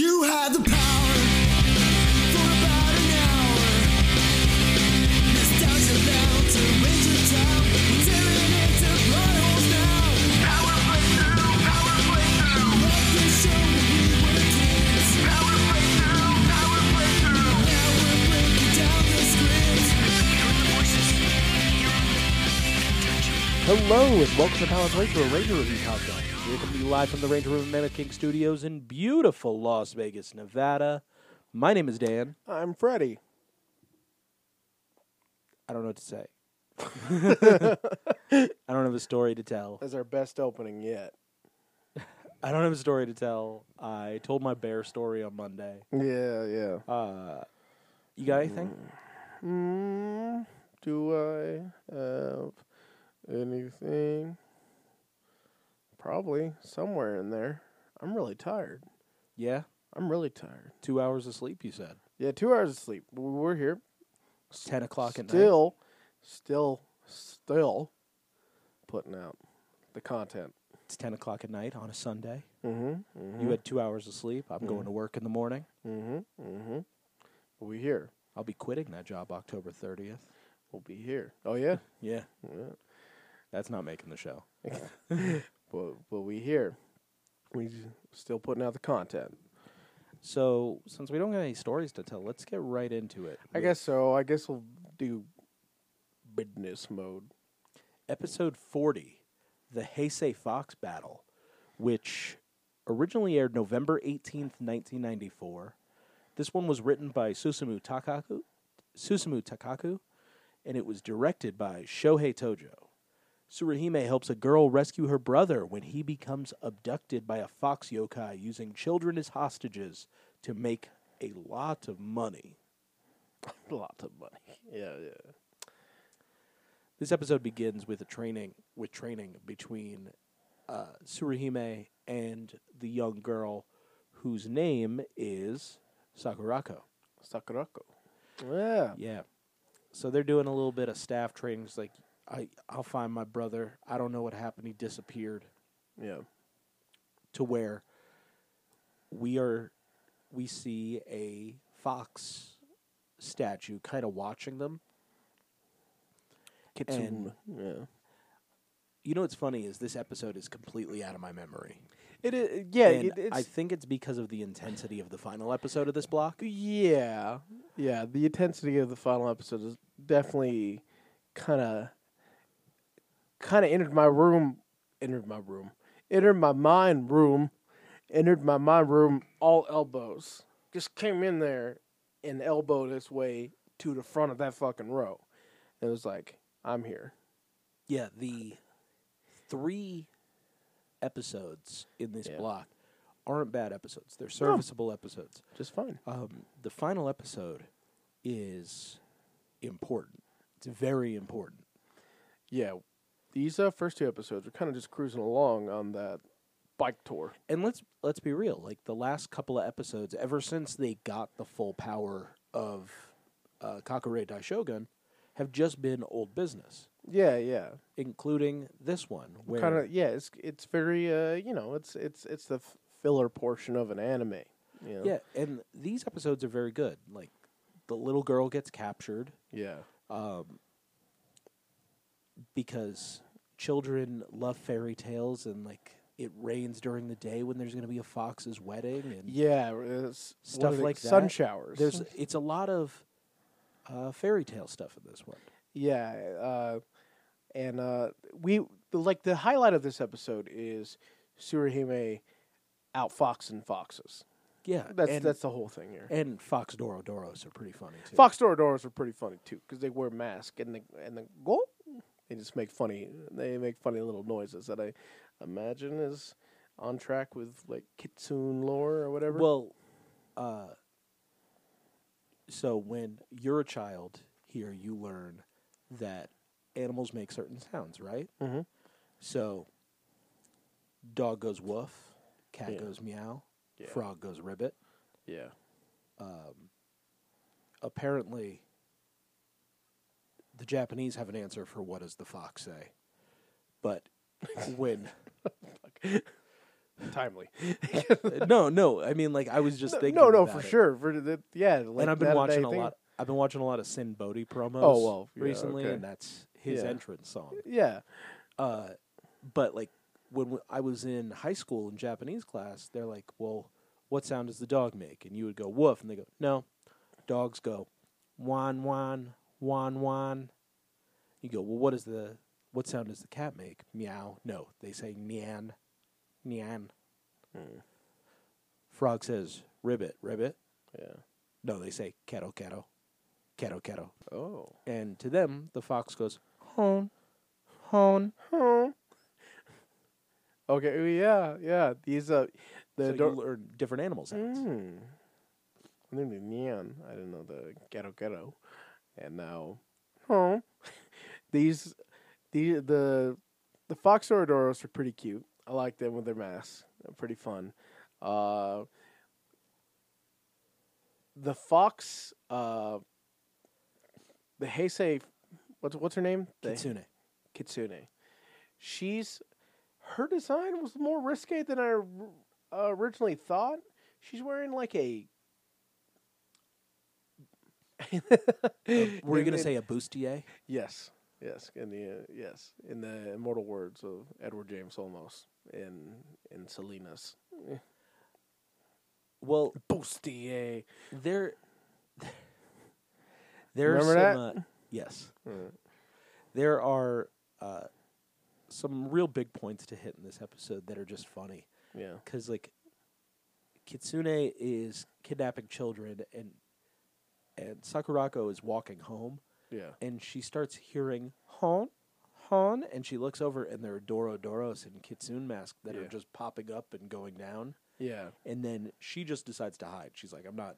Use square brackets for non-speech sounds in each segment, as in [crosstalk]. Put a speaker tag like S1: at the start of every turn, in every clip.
S1: You had the power for about an hour. Nostalgia bound to Ranger Town. We're tearing into plot holes now. Power playthrough, power playthrough. Love the show when we were kids. Power playthrough, power playthrough. Now we're breaking down the script.
S2: Hello and welcome to Power Playthrough, a Ranger Review Podcast. We're coming to you live from the Ranger Room at Mammoth King Studios in beautiful Las Vegas, Nevada. My name is Dan.
S3: I'm Freddy.
S2: I don't know what to say. [laughs] I don't have a story to tell.
S3: That's our best opening yet.
S2: I don't have a story to tell. I told my bear story on Monday.
S3: Yeah, yeah.
S2: Uh, you got anything?
S3: Mm, do I have anything? Probably somewhere in there. I'm really tired.
S2: Yeah,
S3: I'm really tired.
S2: two hours of sleep. You said
S3: Yeah, two hours of sleep. We We're here.
S2: ten o'clock at night.
S3: Still, still, still putting out the content.
S2: It's ten o'clock at night on a Sunday.
S3: Mm-hmm. Mm-hmm.
S2: You had two hours of sleep. I'm going to work in the morning.
S3: Mm-hmm. Mm-hmm. We here.
S2: I'll be quitting that job October thirtieth.
S3: We'll be here. Oh yeah.
S2: Yeah,
S3: yeah.
S2: that's not making the show.
S3: But but we here. We j- still putting out the content.
S2: So, since we don't got any stories to tell, let's get right into it.
S3: I
S2: with
S3: guess so. I guess we'll do business mode.
S2: episode 40, the Heisei Fox Battle, which originally aired November 18th, 1994. This one was written by Susumu Takaku, Susumu Takaku, and it was directed by Shohei Tojo. Surahime helps a girl rescue her brother when he becomes abducted by a fox yokai using children as hostages to make a lot of money. [laughs]
S3: Lots of money. Yeah, yeah.
S2: This episode begins with a training with training between uh, Surihime and the young girl whose name is Sakurako.
S3: Sakurako. Yeah.
S2: Yeah. So they're doing a little bit of staff training. It's like I I'll find my brother. I don't know what happened. He disappeared
S3: Yeah.
S2: to where we are we see a fox statue kind of watching them
S3: Kitsune. yeah.
S2: you know what's funny is this episode is completely out of my memory
S3: It is. Yeah.
S2: And
S3: It, it's.
S2: I think it's because of the intensity of the final episode of this block.
S3: yeah. Yeah. The intensity of the final episode is definitely kind of kind of entered my room. Entered my room. Entered my mind room. Entered my mind room. All elbows. Just came in there and elbowed its way to the front of that fucking row. And it was like, I'm here.
S2: Yeah, the three episodes in this
S3: Yeah.
S2: block aren't bad episodes. They're serviceable episodes.
S3: Just fine.
S2: Um, the final episode is important. It's very important.
S3: Yeah. These uh, first two episodes are kind of just cruising along on that bike tour.
S2: And let's let's be real. Like the last couple of episodes, ever since they got the full power of uh, Kakurei Daishogun, have just been old business.
S3: Yeah, yeah.
S2: including this one where
S3: Kind of yeah, it's it's very uh, you know, it's it's it's the f- filler portion of an anime. You know?
S2: yeah and these episodes are very good like the little girl gets captured
S3: Yeah.
S2: Um, because children love fairy tales and like it rains during the day when there's going to be a fox's wedding and
S3: Yeah, uh, it's what
S2: stuff
S3: are they-
S2: like that
S3: sun showers.
S2: there's it's a lot of uh, fairy tale stuff in this one
S3: [laughs] Yeah, uh, and uh, we like the highlight of this episode is Surihime outfoxing foxes.
S2: yeah
S3: That's
S2: and,
S3: that's the whole thing here.
S2: and fox doro doros are pretty funny too
S3: Fox Dorodoros are pretty funny too because they wear masks and they and they go. They just make funny. They make funny little noises that I imagine is on track with like Kitsune lore or whatever.
S2: Well, uh, so when you're a child here, you learn that animals make certain sounds, right? Mm-hmm. So, dog goes woof, cat
S3: Yeah.
S2: goes meow,
S3: Yeah.
S2: frog goes ribbit.
S3: yeah,
S2: Apparently, the Japanese have an answer [laughs] for what does the fox say, but when [laughs]
S3: timely.
S2: no, no. I mean, like I was just thinking.
S3: no, no,
S2: about
S3: for
S2: it.
S3: sure. For the, yeah, like
S2: and I've been
S3: that
S2: watching
S3: day
S2: a
S3: thing.
S2: lot. I've been watching a lot of Sin Bodhi promos.
S3: Oh, well, yeah,
S2: recently,
S3: okay.
S2: and that's his
S3: Yeah.
S2: entrance song.
S3: Yeah,
S2: Uh, but like when w- I was in high school in Japanese class, they're like, "Well, what sound does the dog make?" And you would go woof, and they go, "No, dogs go wan wan wan wan." You go, "Well, what is the what sound does the cat make?" Meow. No, they say nyan, nyan.
S3: Hmm.
S2: Frog says ribbit, ribbit.
S3: yeah.
S2: No, they say kettle, kettle, kettle, kettle.
S3: Oh,
S2: And to them, the fox goes, hon, hon.
S3: okay. Yeah, yeah. These uh,
S2: So
S3: the
S2: you
S3: do-
S2: learn different animal sounds.
S3: Mm. I knew the neon. I didn't know the ghetto ghetto, and now, oh, [laughs] these, the the the fox oridoros are pretty cute. I like them with their masks. They're pretty fun. Uh, the fox, uh, the Heisei, what's what's her name? The- [laughs]
S2: Kitsune.
S3: Kitsune. She's her design was more risque than I r- uh, originally thought. She's wearing like a.
S2: Were you
S3: In- [laughs]
S2: going to
S3: in-
S2: say a bustier?
S3: yes? Yes, in the uh, yes, in the immortal words of Edward James Olmos in in Salinas.
S2: Well,
S3: Bustier.
S2: there, [laughs] there are
S3: Remember
S2: some. Uh, yes.
S3: Mm.
S2: There are uh, some real big points to hit in this episode that are just funny.
S3: Yeah.
S2: because like Kitsune is kidnapping children and and Sakurako is walking home
S3: Yeah.
S2: and she starts hearing hon hon and she looks over and there are Doro Doros and Kitsune masks that
S3: Yeah.
S2: are just popping up and going down
S3: Yeah.
S2: and then she just decides to hide. She's like, I'm not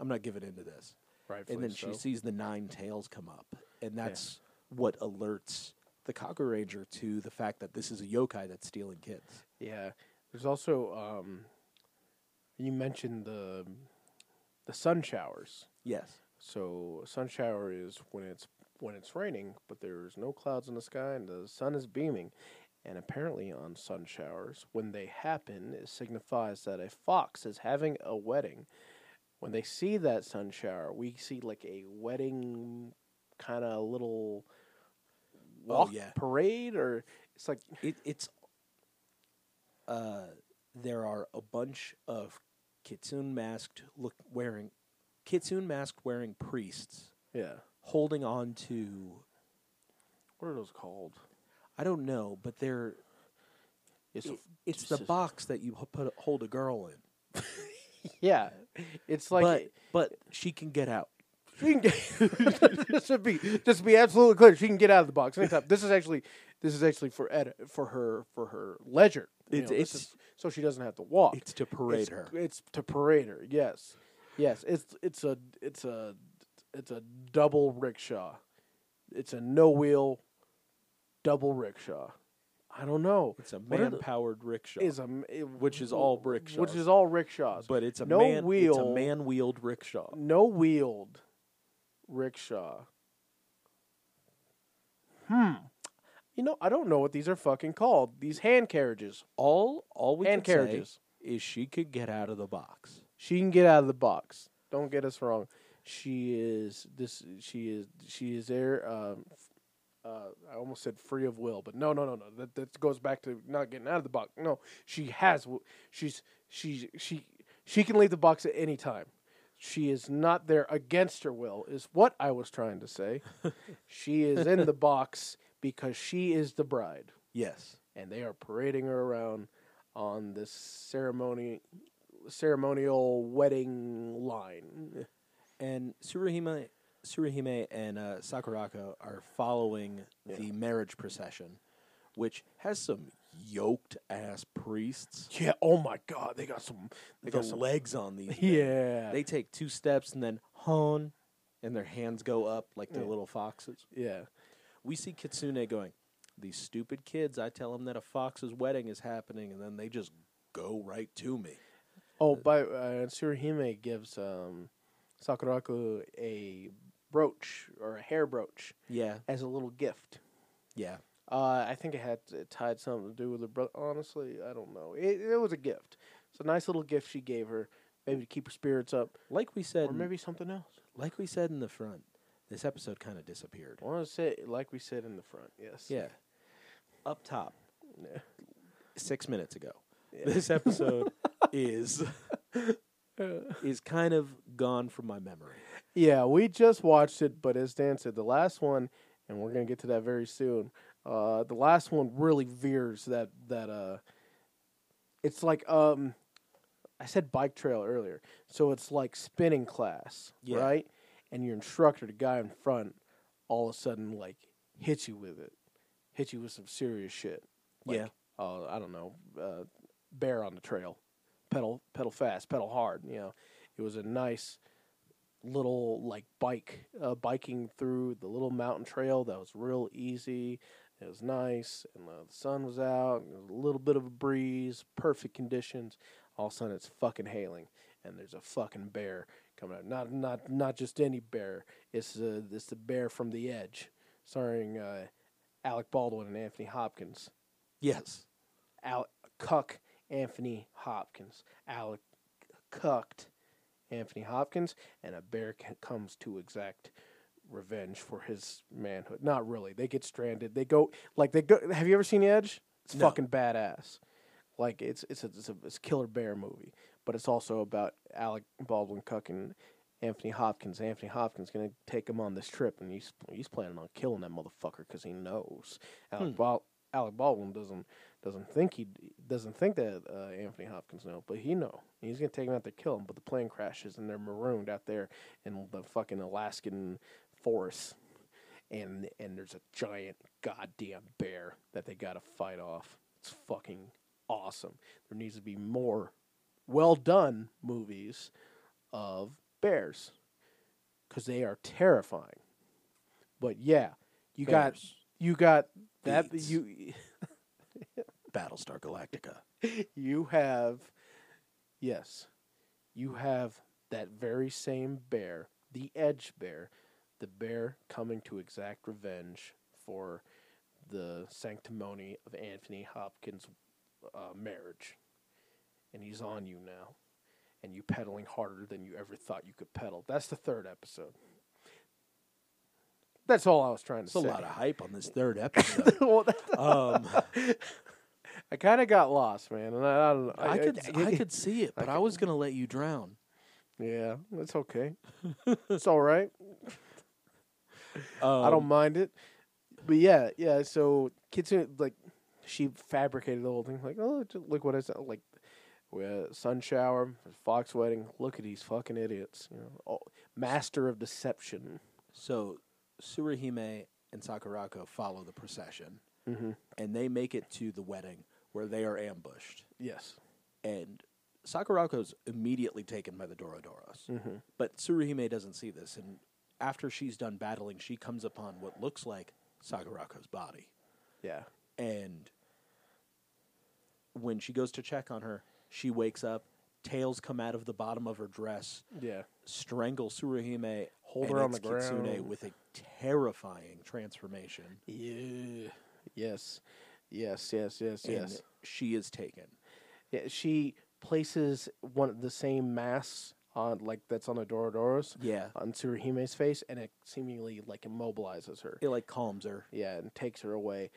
S2: I'm not giving into this.
S3: Right.
S2: and then she sees the nine tails come up and that's what alerts the Kaku Ranger to the fact that this is a yokai that's stealing kids.
S3: Yeah. There's also um, you mentioned the the sun showers.
S2: Yes.
S3: So a sun shower is when it's when it's raining, but there's no clouds in the sky and the sun is beaming. And apparently on sun showers, when they happen, it signifies that a fox is having a wedding. When they see that sun shower, we see like a wedding kind of little walk
S2: Oh, yeah.
S3: parade or it's like
S2: it, it's uh, there are a bunch of kitsune masked look wearing kitsune masked wearing priests
S3: yeah.
S2: holding on to
S3: What are those called?
S2: I don't know, but they're
S3: It's a
S2: it-
S3: f-
S2: it's the
S3: Jesus.
S2: box that you h- put hold a girl in,
S3: yeah. It's like
S2: but but she can get out.
S3: She can get, [laughs] just to be just to be absolutely clear, she can get out of the box anytime. This is actually this is actually for ed, for her for her leisure. You
S2: It's-
S3: know, this
S2: it's-
S3: is- so she doesn't have to walk.
S2: It's to parade
S3: It's-
S2: her.
S3: It's to parade her. Yes, yes. It's it's a it's a it's a double rickshaw. It's a no wheel double rickshaw. I don't know.
S2: It's a
S3: What are the-
S2: man powered rickshaw,
S3: is a m- it-
S2: which is all rickshaws,
S3: which is all rickshaws.
S2: but it's a
S3: no
S2: man
S3: wheel
S2: it's a man wheeled rickshaw.
S3: no wheeled rickshaw. Hmm. You know, I don't know what these are fucking called. These hand carriages.
S2: All all we
S3: Hand
S2: can
S3: carriages.
S2: say is she could get out of the box.
S3: She can get out of the box. Don't get us wrong. She is this. She is. She is there. Um, uh, I almost said free of will, but no, no, no, no. That that goes back to not getting out of the box. No, she has. w- She's she she she can leave the box at any time. She is not there against her will. Is what I was trying to say. she is in the box because she is the bride
S2: Yes.
S3: and they are parading her around on this ceremony ceremonial wedding line.
S2: and Surahima, Surahime and uh, Sakurako are following the marriage procession, which has some yoked ass priests.
S3: Yeah, oh my god, they got some
S2: They
S3: they
S2: the
S3: got [laughs] some
S2: legs on these. men.
S3: Yeah.
S2: they take two steps and then hon, and their hands go up like they're little foxes.
S3: yeah.
S2: We see Kitsune going, "These stupid kids! I tell them that a fox's wedding is happening, and then they just go right to me."
S3: Oh, by uh, Tsuruhime gives um Sakuraku a brooch or a hair brooch
S2: Yeah,
S3: as a little gift.
S2: yeah.
S3: Uh, I think it had it tied something to do with her brother. Honestly, I don't know. It, it was a gift. It's a nice little gift she gave her, maybe to keep her spirits up,
S2: Like we said,
S3: or maybe something else.
S2: like we said in the front, this episode kind of disappeared.
S3: I want to say, like we said in the front, yes.
S2: Yeah, up top,
S3: Yeah.
S2: six minutes ago.
S3: Yeah.
S2: This [laughs] episode is is kind of gone from my memory.
S3: Yeah, we just watched it, but as Dan said, the last one, and we're gonna get to that very soon. Uh, the last one really veers that that uh, it's like um, I said bike trail earlier, so it's like spinning class,
S2: Yeah.
S3: right? And your instructor, the guy in front, all of a sudden like hits you with it, hits you with some serious shit. Like,
S2: Yeah.
S3: uh, I don't know, uh, bear on the trail, pedal pedal fast, pedal hard. You know, it was a nice little like bike uh, biking through the little mountain trail that was real easy it was nice and uh, the sun was out and there was a little bit of a breeze perfect conditions all of a sudden it's fucking hailing and there's a fucking bear coming out not not not just any bear it's the it's the bear from the edge starring uh, alec baldwin and anthony hopkins
S2: Yes.
S3: Al- cuck Anthony Hopkins. Alec cucked Anthony Hopkins, and a bear c- comes to exact revenge for his manhood. Not really. They get stranded. They go like they go. Have you ever seen The Edge? It's
S2: No.
S3: fucking badass. Like it's it's a, it's a it's a killer bear movie, but it's also about Alec Baldwin cucking Anthony Hopkins. Anthony Hopkins gonna take him on this trip, and he's he's planning on killing that motherfucker because he knows Alec, Bal- Alec Baldwin doesn't doesn't think he doesn't think that uh, Anthony Hopkins know, but he know he's gonna take him out to kill him. But the plane crashes, and they're marooned out there in the fucking Alaskan forest, and and there's a giant goddamn bear that they gotta fight off. It's fucking awesome. There needs to be more well done movies of bears because they are terrifying. But yeah, you
S2: Bears.
S3: got you got that
S2: Beats.
S3: you [laughs]
S2: Battlestar Galactica.
S3: you have yes you have that very same bear the edge bear the bear coming to exact revenge for the sanctimony of anthony hopkins uh, marriage and he's on you now and you pedaling harder than you ever thought you could pedal that's the third episode that's all i was trying to
S2: It's a
S3: say
S2: lot of hype on this third [laughs] episode.
S3: Well, that-
S2: um,
S3: i kind of got lost man and i, I don't know
S2: I could I [laughs] could see it, but I was gonna let you drown.
S3: Yeah,
S2: [laughs]
S3: that's okay. it's all right.
S2: Um,
S3: I don't mind it. But yeah, yeah. So Kitsune, like, she fabricated the whole thing. Like, oh, ju- look what I said. Like, we had a sun shower, fox wedding. Look at these fucking idiots. You know, oh, master of deception.
S2: So Surahime and Sakurako follow the procession,
S3: Mm-hmm.
S2: and they make it to the wedding where they are ambushed.
S3: Yes.
S2: And Sakurako's immediately taken by the Dorodoros.
S3: Mhm.
S2: But Tsuruhime doesn't see this, and after she's done battling, she comes upon what looks like Sakurako's body.
S3: Yeah.
S2: And when she goes to check on her, she wakes up, tails come out of the bottom of her dress,
S3: Yeah.
S2: strangle Tsuruhime,
S3: Hold
S2: and
S3: her on
S2: it's
S3: the
S2: Kitsune
S3: ground.
S2: with a terrifying transformation.
S3: Yeah. Yes. Yes. Yes. Yes.
S2: and
S3: Yes.
S2: she is taken.
S3: Yeah, she places one of the same masks on, like, that's on the Dorodoros.
S2: Yeah.
S3: on Tsuruhime's face, and it seemingly like immobilizes her.
S2: It like calms her.
S3: Yeah, and takes her away.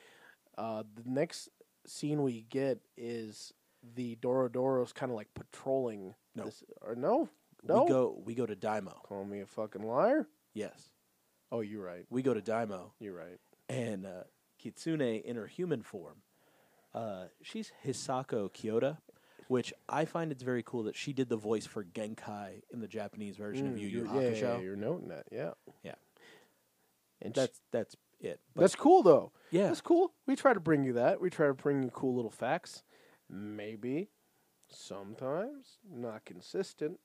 S3: Uh, the next scene we get is the Dorodoros kind of like patrolling.
S2: No.
S3: this, or no, no.
S2: We go we go to Daimo.
S3: Call me a fucking liar.
S2: Yes.
S3: Oh, you're right.
S2: We go to Daimo
S3: You're right.
S2: and uh, Kitsune in her human form. Uh, she's Hisako Kyota, which I find it's very cool that she did the voice for Genkai in the Japanese version of
S3: Mm,
S2: Yu Yu
S3: you're- yeah,
S2: Hakusho.
S3: yeah, you're noting that. Yeah,
S2: Yeah.
S3: And that's
S2: That's that's it. But
S3: that's cool though.
S2: yeah,
S3: That's cool. We try to bring you that. We try to bring you cool little facts. Maybe, sometimes, not consistent,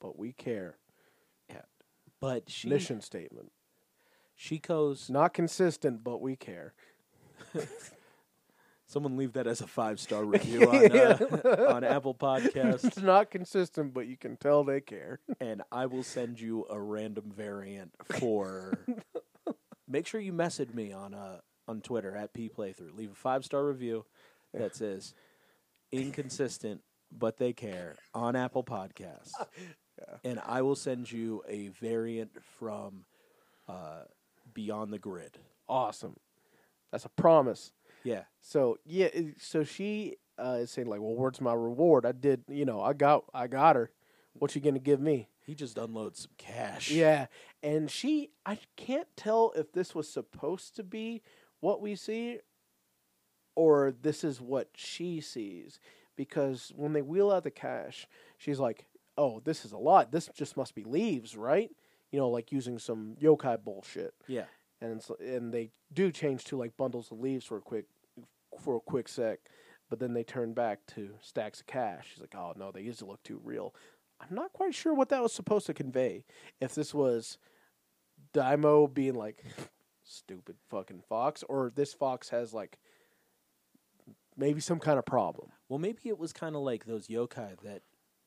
S3: but we care.
S2: but she
S3: Mission statement.
S2: she goes.
S3: Not consistent, but we care.
S2: Someone leave that as a five
S3: [laughs]
S2: star review on uh, on Apple Podcasts.
S3: It's not consistent, but you can tell they care. [laughs]
S2: and I will send you a random variant for. Make sure you message me on uh, on Twitter at P Playthrough. Leave a five star review that says inconsistent, but they care on Apple Podcasts. And I will send you a variant from uh, Beyond the Grid.
S3: Awesome. That's a promise.
S2: Yeah.
S3: So yeah, it- so she uh, is saying like, "Well, where's my reward? I did, you know, I got, I got her. What you gonna give me?"
S2: He just unloads some cash.
S3: Yeah, and she, I can't tell if this was supposed to be what we see, or this is what she sees, because when they wheel out the cash, she's like, "Oh, this is a lot. This just must be leaves, right?" You know, like using some yokai bullshit
S2: Yeah.
S3: and so, and they do change to like bundles of leaves for a quick for a quick sec, but then they turn back to stacks of cash. She's like, "Oh no, they used to look too real." I'm not quite sure what that was supposed to convey. If this was Dymo being like stupid fucking fox, or this fox has like maybe some kind of problem.
S2: Well, maybe it was kind of like those yokai that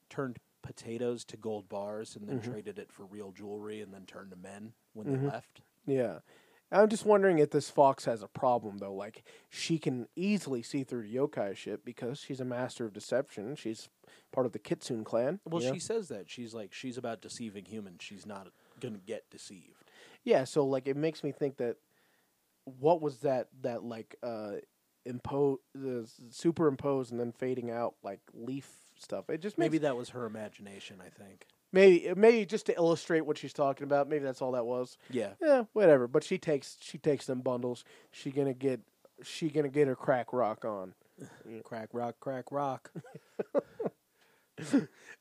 S2: turned potatoes to gold bars and then traded it for real jewelry and then turned to men when they left.
S3: Yeah. I'm just wondering if this fox has a problem though. Like she can easily see through yokai shit because she's a master of deception. She's part of the Kitsune clan.
S2: Well,
S3: you know?
S2: she says that. She's like, she's about deceiving humans. She's not going to get deceived.
S3: yeah. So like it makes me think that what was that that like uh impose the superimposed and then fading out like leaf stuff. It just
S2: Maybe
S3: maybe
S2: that was her imagination, I think.
S3: maybe maybe just to illustrate what she's talking about. Maybe that's all that was.
S2: Yeah.
S3: Yeah, whatever. But she takes she takes them bundles. She gonna get she gonna get her crack rock on.
S2: Crack rock, crack rock.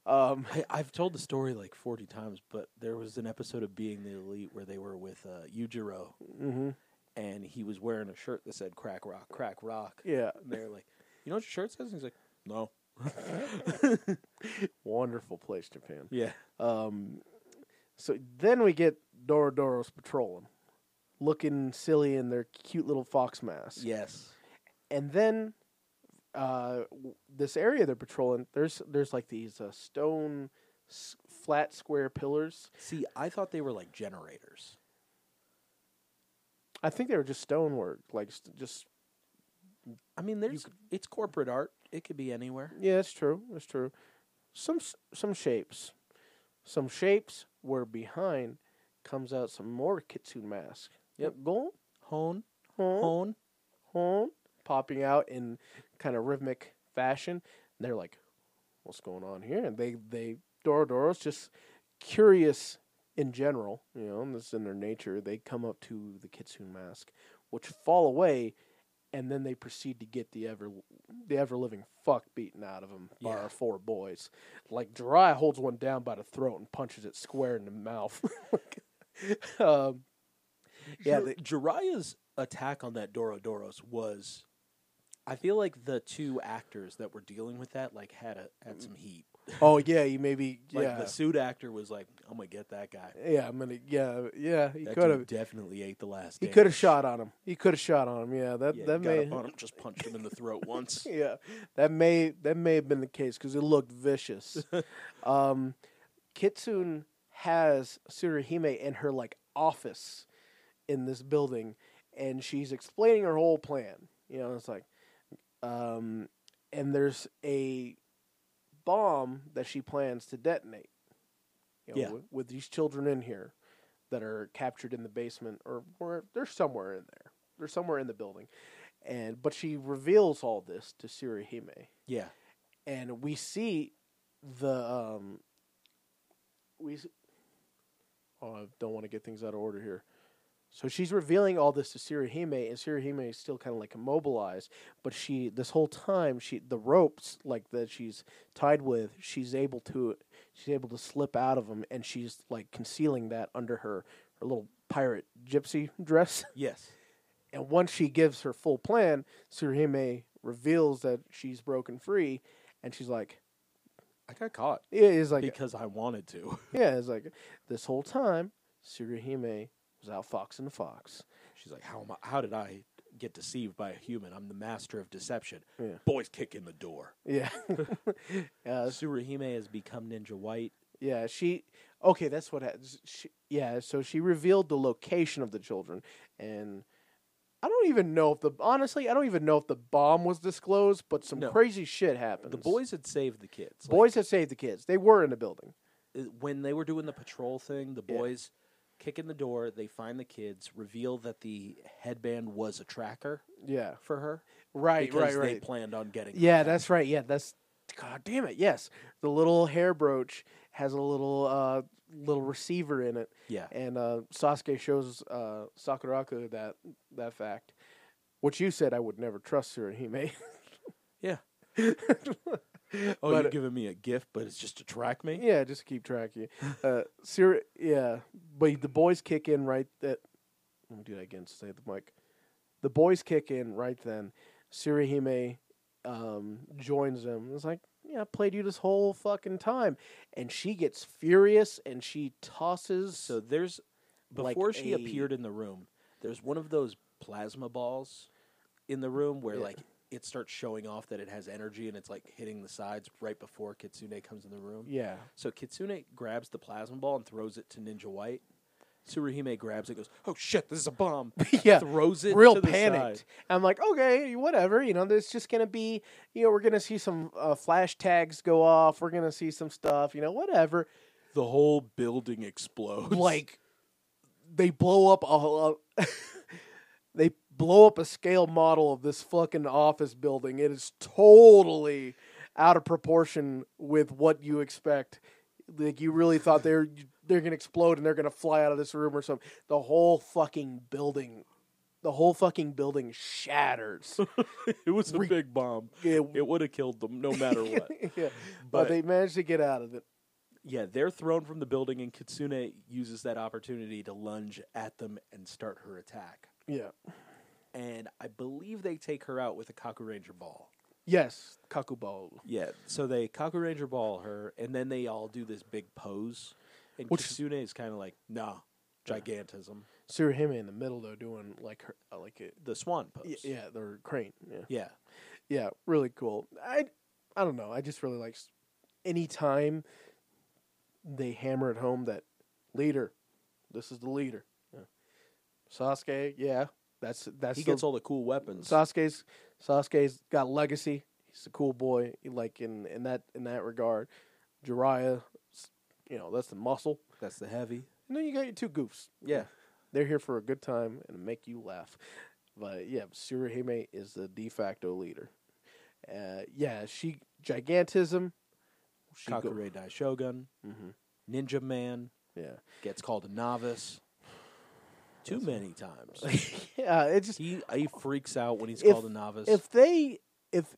S3: Um
S2: I, I've told the story like 40 times, but there was an episode of Being the Elite where they were with uh, Yujiro
S3: hmm
S2: and he was wearing a shirt that said crack rock, crack rock.
S3: Yeah.
S2: And they're like, you know what your shirt says? And he's like, no.
S3: Wonderful place, Japan.
S2: Yeah.
S3: Um, so then we get Dorodoros patrolling, looking silly in their cute little fox masks.
S2: Yes.
S3: And then uh, w- this area they're patrolling, there's there's like these uh, stone s- flat square pillars.
S2: See, I thought they were like generators.
S3: I think they were just stonework, like st- just
S2: I mean, there's it's corporate art. It could be anywhere.
S3: yeah, that's true, that's true. Some s- some shapes, some shapes where behind comes out some more kitsune mask.
S2: Yep.
S3: go
S2: Hone,
S3: on.
S2: hone.
S3: home, popping out in kind of rhythmic fashion. And they're like, "What's going on here?" And they they Dorodoros just curious in general, you know, and this is in their nature. They come up to the Kitsune mask, which fall away, and then they proceed to get the ever the ever living fuck beaten out of them by
S2: Yeah.
S3: our four boys. Like Dry holds one down by the throat and punches it square in the mouth. [laughs] um,
S2: Yeah,
S3: yeah,
S2: the,
S3: they,
S2: Jiraiya's attack on that Dorodoros was. I feel like the two actors that were dealing with that like had a had some heat.
S3: oh yeah, you maybe
S2: Like
S3: yeah.
S2: the suit actor was like, "I'm gonna get that guy."
S3: Yeah, I'm gonna. Yeah, yeah. He
S2: That
S3: could have.
S2: dude definitely ate the last.
S3: He
S2: damage.
S3: could have shot on him. He could have shot on him. Yeah, that
S2: Yeah,
S3: that
S2: got up
S3: may.
S2: on him, just punched him in the throat [laughs] once.
S3: [laughs] Yeah, that may that may have been the case because it looked vicious. um, Kitsune has Tsuruhime in her like office in this building, and she's explaining her whole plan. You know, it's like, um, and there's a bomb that she plans to detonate. You know,
S2: Yeah.
S3: with, with these children in here that are captured in the basement, or where they're somewhere in there. They're somewhere in the building, and but she reveals all this to Tsuruhime
S2: Yeah,
S3: and we see the um we s- oh I don't want to get things out of order here. So she's revealing all this to Sirihime, and Sirihime is still kind of like immobilized. But she, this whole time, she the ropes like that she's tied with, she's able to she's able to slip out of them, and she's like concealing that under her her little pirate gypsy dress.
S2: yes,
S3: And once she gives her full plan, Surihime reveals that she's broken free, and she's like,
S2: I got caught
S3: it is like,
S2: because I wanted to.
S3: yeah, it's like this whole time, Surihime was out foxing the fox.
S2: She's like, "How am I, How did I get deceived by a human? I'm the master of deception."
S3: Yeah.
S2: Boys kick in the door.
S3: Yeah, [laughs] uh,
S2: Tsurahime has become Ninja White.
S3: yeah. She, okay, that's what. ha- She, yeah, so she revealed the location of the children, and I don't even know if the honestly, I don't even know if the bomb was disclosed, but some
S2: No.
S3: crazy shit happened.
S2: The boys had saved the kids. Like,
S3: boys have saved the kids. They were in the building.
S2: it- when they were doing the patrol thing, the
S3: Yeah.
S2: boys kick in the door, they find the kids, reveal that the headband was a tracker
S3: Yeah.
S2: for her.
S3: Right.
S2: because
S3: right.
S2: they
S3: Right.
S2: planned on getting her.
S3: yeah, that's right. Yeah, that's. God damn it! Yes, the little hair brooch has a little uh, little receiver in it,
S2: Yeah.
S3: and uh, Sasuke shows uh, Sakuraku that that fact, which you said I would never trust Surahime.
S2: Yeah. Oh,
S3: But-
S2: you're giving me a gift, but it's just to track me?
S3: Yeah, just to keep track of you. Uh, Sir, yeah, but the boys kick in right that. Let me do that again. Stay at the mic. The boys kick in right then. Sirihime um, joins them. It's like, yeah, I played you this whole fucking time, and she gets furious and she tosses.
S2: So there's
S3: Like
S2: before she
S3: a-
S2: appeared in the room, there's one of those plasma balls in the room where
S3: Yeah.
S2: like it starts showing off that it has energy and it's like hitting the sides right before Kitsune comes in the room.
S3: yeah,
S2: So Kitsune grabs the plasma ball and throws it to Ninja White. Tsuruhime grabs it, goes, "Oh shit, this is a bomb!"
S3: [laughs] Yeah,
S2: throws it
S3: real
S2: to the
S3: panicked.
S2: side.
S3: I'm like, okay, whatever. You know, there's just gonna be, you know, we're gonna see some uh, flash tags go off. We're gonna see some stuff. You know, whatever.
S2: The whole building explodes.
S3: like they blow up a, a [laughs] they blow up a scale model of this fucking office building. It is totally out of proportion with what you expect. Like you really thought they're they're gonna explode and they're gonna fly out of this room or something. The whole fucking building, the whole fucking building
S2: [laughs]
S3: shatters.
S2: [laughs] it was a
S3: re-
S2: big bomb.
S3: Yeah.
S2: It would have killed them no matter what.
S3: [laughs] yeah, but,
S2: But-
S3: they managed to get out of it.
S2: yeah, they're thrown from the building, and Kitsune uses that opportunity to lunge at them and start her attack.
S3: Yeah.
S2: And I believe they take her out with a Kakuranger ball.
S3: Yes, Kakubal.
S2: Yeah, so they Kakuranger ball her, and then they all do this big pose. And
S3: Which-
S2: Kitsune is kind of like, nah, gigantism.
S3: Surahime in the middle though, doing like her uh, like a,
S2: The swan pose.
S3: y- yeah, the crane. Yeah.
S2: Yeah.
S3: Yeah, really cool. I I don't know. I just really like s- any time they hammer it home that leader. This is the leader. Yeah. Sasuke, yeah, that's that's
S2: He
S3: the-
S2: gets all the cool weapons.
S3: Sasuke's Sasuke's got legacy. He's a cool boy, like in in that in that regard. Jiraiya, s- you know, that's the muscle.
S2: That's the heavy.
S3: And then you got your two goofs.
S2: Yeah.
S3: They're here for a good time and make you laugh. But yeah, Surahime is the de facto leader. Uh, yeah, she gigantism. She go-
S2: Kakure Dai Shogun,
S3: Mhm.
S2: Ninja Man,
S3: yeah, [laughs]
S2: gets called a novice [sighs] too many
S3: [laughs]
S2: times.
S3: yeah. It just
S2: He he freaks out when he's
S3: If-
S2: called a novice.
S3: if they if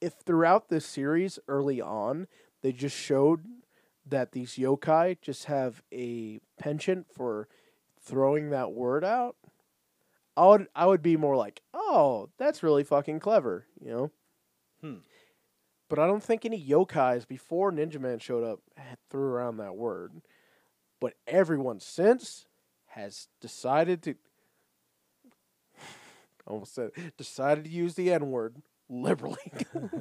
S3: if throughout this series early on they just showed that these yokai just have a penchant for throwing that word out, I would I would be more like, oh, that's really fucking clever, you know.
S2: Hmm.
S3: But I don't think any yokais before Ninja Man showed up had threw around that word. But everyone since has decided to I almost said it, decided to use the N word liberally. [laughs]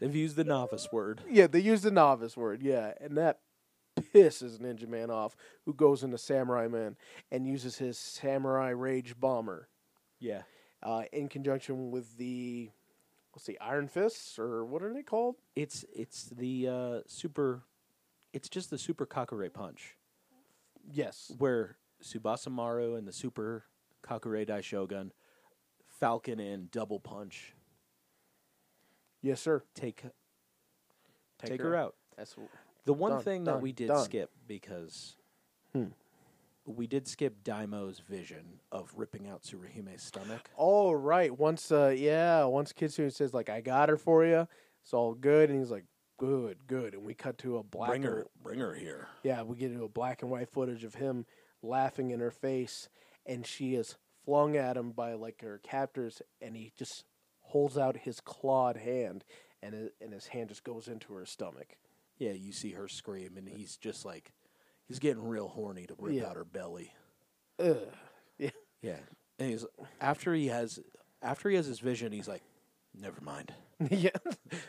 S2: They've used the novice word.
S3: yeah, they used the novice word. Yeah, and that pisses Ninja Man off, who goes into Samurai Man and uses his Samurai Rage Bomber
S2: Yeah.
S3: uh, in conjunction with the let's see, Iron Fists or what are they called?
S2: It's it's the uh, super it's just the super Kakure punch
S3: Yes,
S2: where Subasamaru and the super Kakure Dai Shogun Falcon and double punch
S3: yes, sir.
S2: take take, her, out.
S3: That's w-
S2: The one
S3: Done,
S2: thing
S3: done,
S2: that we did
S3: done.
S2: skip because Hmm. we did skip Daimo's vision of ripping out Tsuruhime's stomach.
S3: all right. Once, uh, yeah, once Kitsune says like, "I got her for you," it's all good, and he's like, "Good, good," and we cut to a black and-
S2: bring her here.
S3: Yeah, we get into a black and white footage of him laughing in her face, and she is flung at him by like her captors, and he just holds out his clawed hand, and his, and his hand just goes into her stomach.
S2: Yeah, you see her scream, and he's just like, he's getting real horny to rip
S3: Yeah.
S2: out her belly.
S3: Ugh. [laughs]
S2: Yeah, and he's after he has after he has his vision, he's like, never mind,
S3: yeah.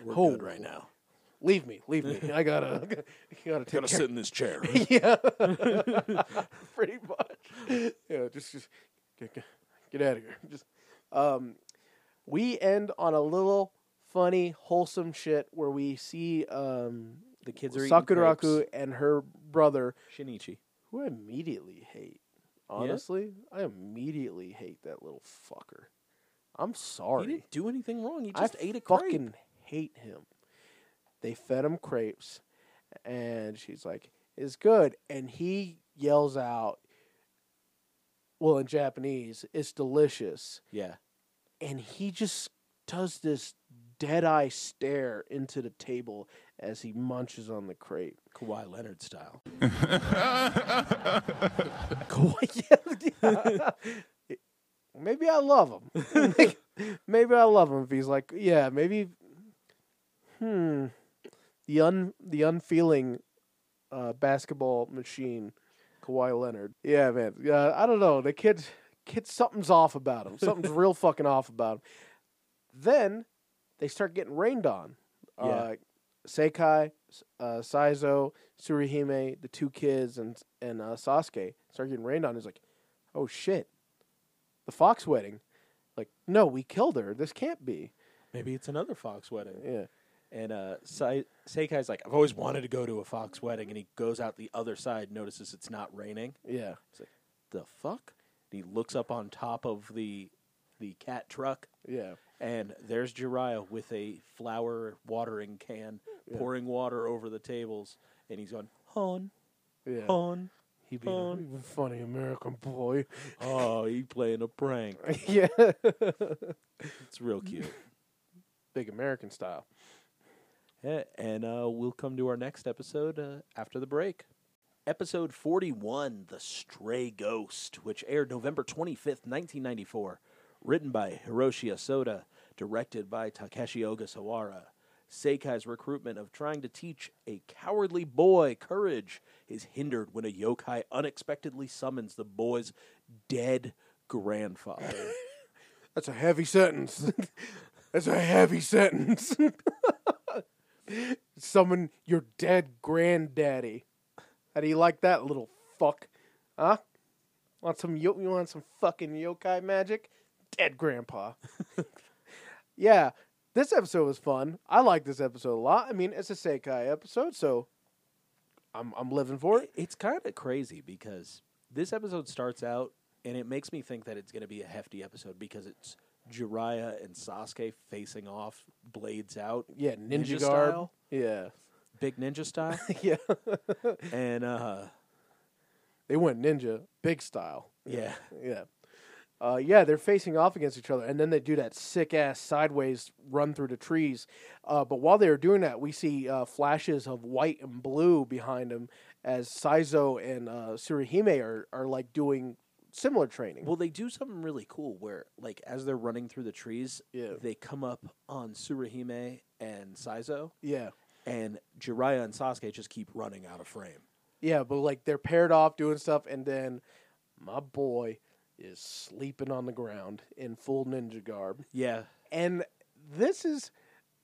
S2: we're
S3: Oh.
S2: good right now.
S3: leave me, leave me. I gotta, [laughs] I
S2: Gotta
S3: gotta take care.
S2: sit in this chair.
S3: [laughs]
S2: [laughs]
S3: yeah, pretty much. Yeah, just, just get, get- get out of here. Just, um, we end on a little funny, wholesome shit where we see um,
S2: the kids are eating
S3: Sakuraku
S2: grapes.
S3: and her brother,
S2: Shinichi.
S3: who I immediately hate. Honestly, I immediately hate that little fucker. I'm
S2: He
S3: sorry.
S2: didn't do anything wrong. He just
S3: I
S2: ate a
S3: fucking
S2: grape.
S3: hate him. They fed him crepes, and she's like, "It's good," and he yells out, "Well, in Japanese, it's delicious,"
S2: Yeah.
S3: and he just does this dead eye stare into the table as he munches on the crepe.
S2: Kawhi Leonard style.
S3: maybe I love
S2: [laughs]
S3: him. [laughs] maybe I love him if he's like, yeah, maybe. Hmm, the un the unfeeling uh, basketball machine, Kawhi Leonard. Yeah, man. Uh, I don't know. The kid, kid, something's off about him. Something's real fucking off about him. Then they start getting rained on.
S2: Yeah.
S3: Uh, Seikai, uh, Saizo, Surihime, the two kids, and and uh, Sasuke start getting rained on. He's like, "Oh shit, the fox wedding." Like, no, we killed her. This can't be.
S2: Maybe it's another fox wedding.
S3: Yeah.
S2: And uh, Sai- Seikai's like, I've always wanted to go to a fox wedding. And he goes out the other side, notices it's not raining.
S3: Yeah.
S2: The fuck? And he looks up on top of the the cat truck,
S3: Yeah.
S2: and there's Jiraiya with a flower watering can, pouring water over the tables. And he's going, Hon,
S3: Yeah.
S2: Hon.
S3: He be a funny American boy. [laughs]
S2: Oh, he playing a prank.
S3: yeah.
S2: It's real cute.
S3: Big American style.
S2: Yeah, and uh, we'll come to our next episode uh, after the break. Episode 41 The Stray Ghost, which aired November 25th, 1994. Written by Hiroshi Asoda, directed by Takeshi Ogasawara. Seikai's recruitment of trying to teach a cowardly boy courage is hindered when a yokai unexpectedly summons the boy's dead grandfather.
S3: That's a heavy sentence. [laughs] That's a heavy sentence. [laughs] Summon your dead granddaddy. How do you like that little fuck? Huh? Want some yo- you want some fucking yokai magic? Dead grandpa. [laughs] yeah. This episode was fun. I like this episode a lot. I mean, it's a Sekai episode, so I'm I'm living for it.
S2: It- It's kind of crazy because this episode starts out and it makes me think that it's going to be a hefty episode because it's Jiraiya and Sasuke facing off, blades out,
S3: Yeah, ninja,
S2: Ninja
S3: garb.
S2: style?
S3: Yeah. [laughs]
S2: big ninja style.
S3: yeah.
S2: and uh,
S3: they went ninja big style. [laughs]
S2: yeah,
S3: Yeah. Uh, yeah, they're facing off against each other, and then they do that sick ass sideways run through the trees. Uh, but while they are doing that, we see uh, flashes of white and blue behind them as Saizo and uh, Surihime are, are like doing similar training.
S2: well, they do something really cool where, like, as they're running through the trees,
S3: Yeah.
S2: they come up on Surahime and Saizo,
S3: yeah.
S2: and Jiraiya and Sasuke just keep running out of frame.
S3: Yeah, but like they're paired off doing stuff, and then my boy is sleeping on the ground in full ninja garb.
S2: Yeah,
S3: And this is,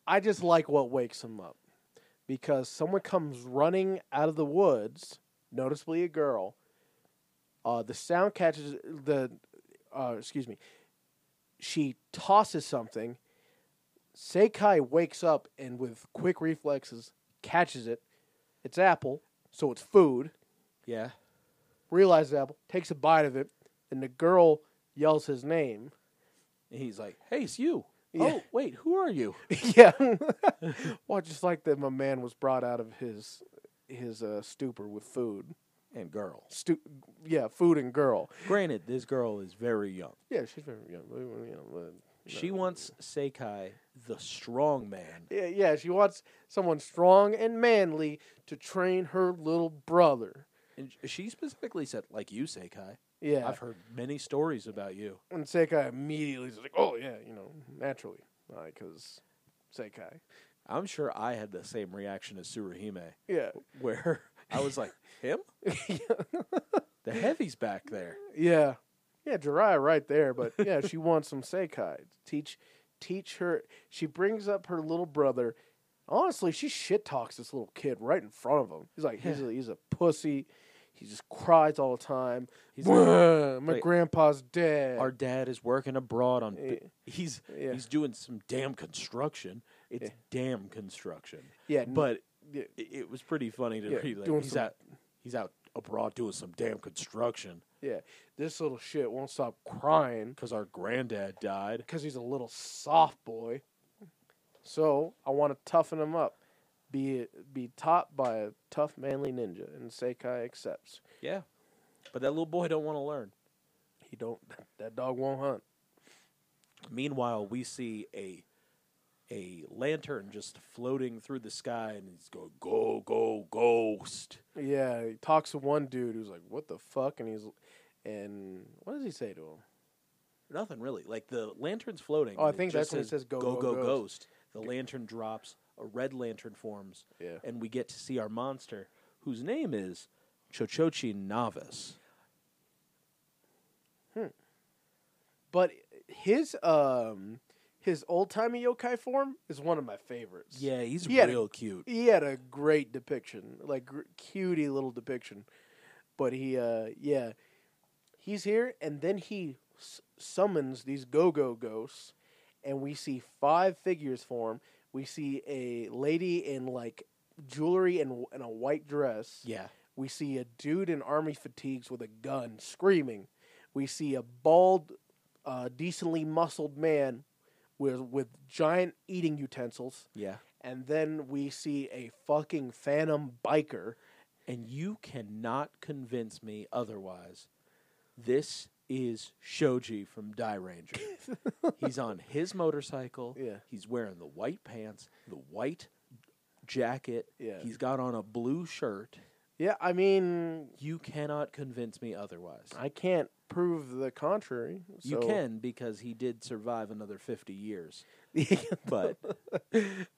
S3: I just like what wakes him up because someone comes running out of the woods, noticeably a girl. Uh, the sound catches the, uh, excuse me, she tosses something. Seikai wakes up and with quick reflexes catches it. It's apple, so it's food
S2: yeah.
S3: realizes apple, takes a bite of it, and the girl yells his name.
S2: And he's like, "Hey, it's you."
S3: Yeah.
S2: Oh, wait, who are you?
S3: [laughs] yeah. well, just like that, my man was brought out of his his uh, stupor with food.
S2: And girl.
S3: Stu- yeah, food and girl.
S2: Granted, this girl is very young.
S3: Yeah, she's very young. but, You know, but,
S2: She wants Sekai, the strong man.
S3: yeah, yeah, she wants someone strong and manly to train her little brother.
S2: And sh- she specifically said, like you, Sekai.
S3: Yeah,
S2: I've heard many stories about you.
S3: and Sekai immediately is like, "Oh yeah, you know, naturally, because Sekai."
S2: I'm sure I had the same reaction as Surahime,
S3: Yeah,
S2: [laughs] where I was like,
S3: [laughs]
S2: him? the heavy's back there.
S3: Yeah. Yeah, Jiraiya right there, but yeah, she wants some Seikai. Teach teach her she brings up her little brother Honestly, she shit talks this little kid right in front of him. He's like, he's, a, he's a pussy. He just cries all the time.
S2: He's
S3: "Bruh, my
S2: like-
S3: grandpa's dead.
S2: Our dad is working abroad on.
S3: Yeah.
S2: He's
S3: Yeah.
S2: he's doing some damn construction. It's
S3: Yeah.
S2: damn construction.
S3: yeah, n-
S2: But
S3: yeah,
S2: it, it was pretty funny to
S3: Yeah,
S2: read. Like,
S3: doing
S2: he's
S3: some-
S2: out he's out abroad doing some damn construction
S3: yeah, this little shit won't stop crying
S2: because our granddad died.
S3: because he's a little soft boy. So I want to toughen him up. Be be taught by a tough manly ninja, and Sekai accepts.
S2: Yeah, but that little boy don't want to learn.
S3: He don't. That dog won't hunt.
S2: Meanwhile, we see a a lantern just floating through the sky, and he's going go go ghost.
S3: Yeah, he talks to one dude who's like, "What the fuck?" and he's, and what does he say to him?
S2: Nothing really. Like the lantern's floating.
S3: Oh, I
S2: and
S3: think
S2: just
S3: that's when it says, "Go, go,
S2: go
S3: ghost."
S2: ghost." The lantern drops. A red lantern forms,
S3: Yeah.
S2: and we get to see our monster, whose name is Chochochi Novice.
S3: But his um his old timey yokai form is one of my favorites.
S2: Yeah, he's
S3: He had a-
S2: real cute.
S3: he had a great depiction, like gr- cutie little depiction. But he, uh yeah, he's here, and then he s- summons these go go ghosts, and we see five figures form. We see a lady in like jewelry and and a white dress.
S2: Yeah,
S3: We see a dude in army fatigues with a gun screaming. We see a bald, uh, decently muscled man with, with giant eating utensils.
S2: yeah.
S3: And then we see a fucking phantom biker.
S2: And you cannot convince me otherwise. This is Shoji from Die
S3: [laughs]
S2: Ranger. he's on his motorcycle.
S3: Yeah.
S2: He's wearing the white pants, the white jacket.
S3: Yeah.
S2: He's got on a blue shirt.
S3: Yeah, I mean,
S2: You cannot convince me otherwise.
S3: I can't prove the contrary.
S2: you
S3: so- [laughs]
S2: can because he did survive another 50 years.
S3: [laughs]
S2: But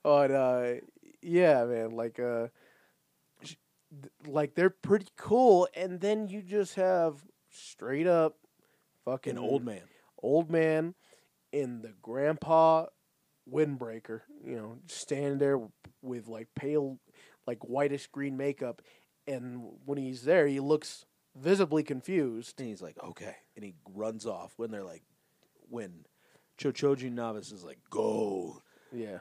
S3: but uh, yeah, man, like uh, sh- th- like they're pretty cool. And then you just have straight up fucking
S2: an old man.
S3: old man in the grandpa windbreaker, you know, standing there with like pale, like whitish green makeup. And when he's there, he looks visibly confused.
S2: And he's like, okay. And he runs off when they're like, when Chochoji Novice is like, go,
S3: Yeah.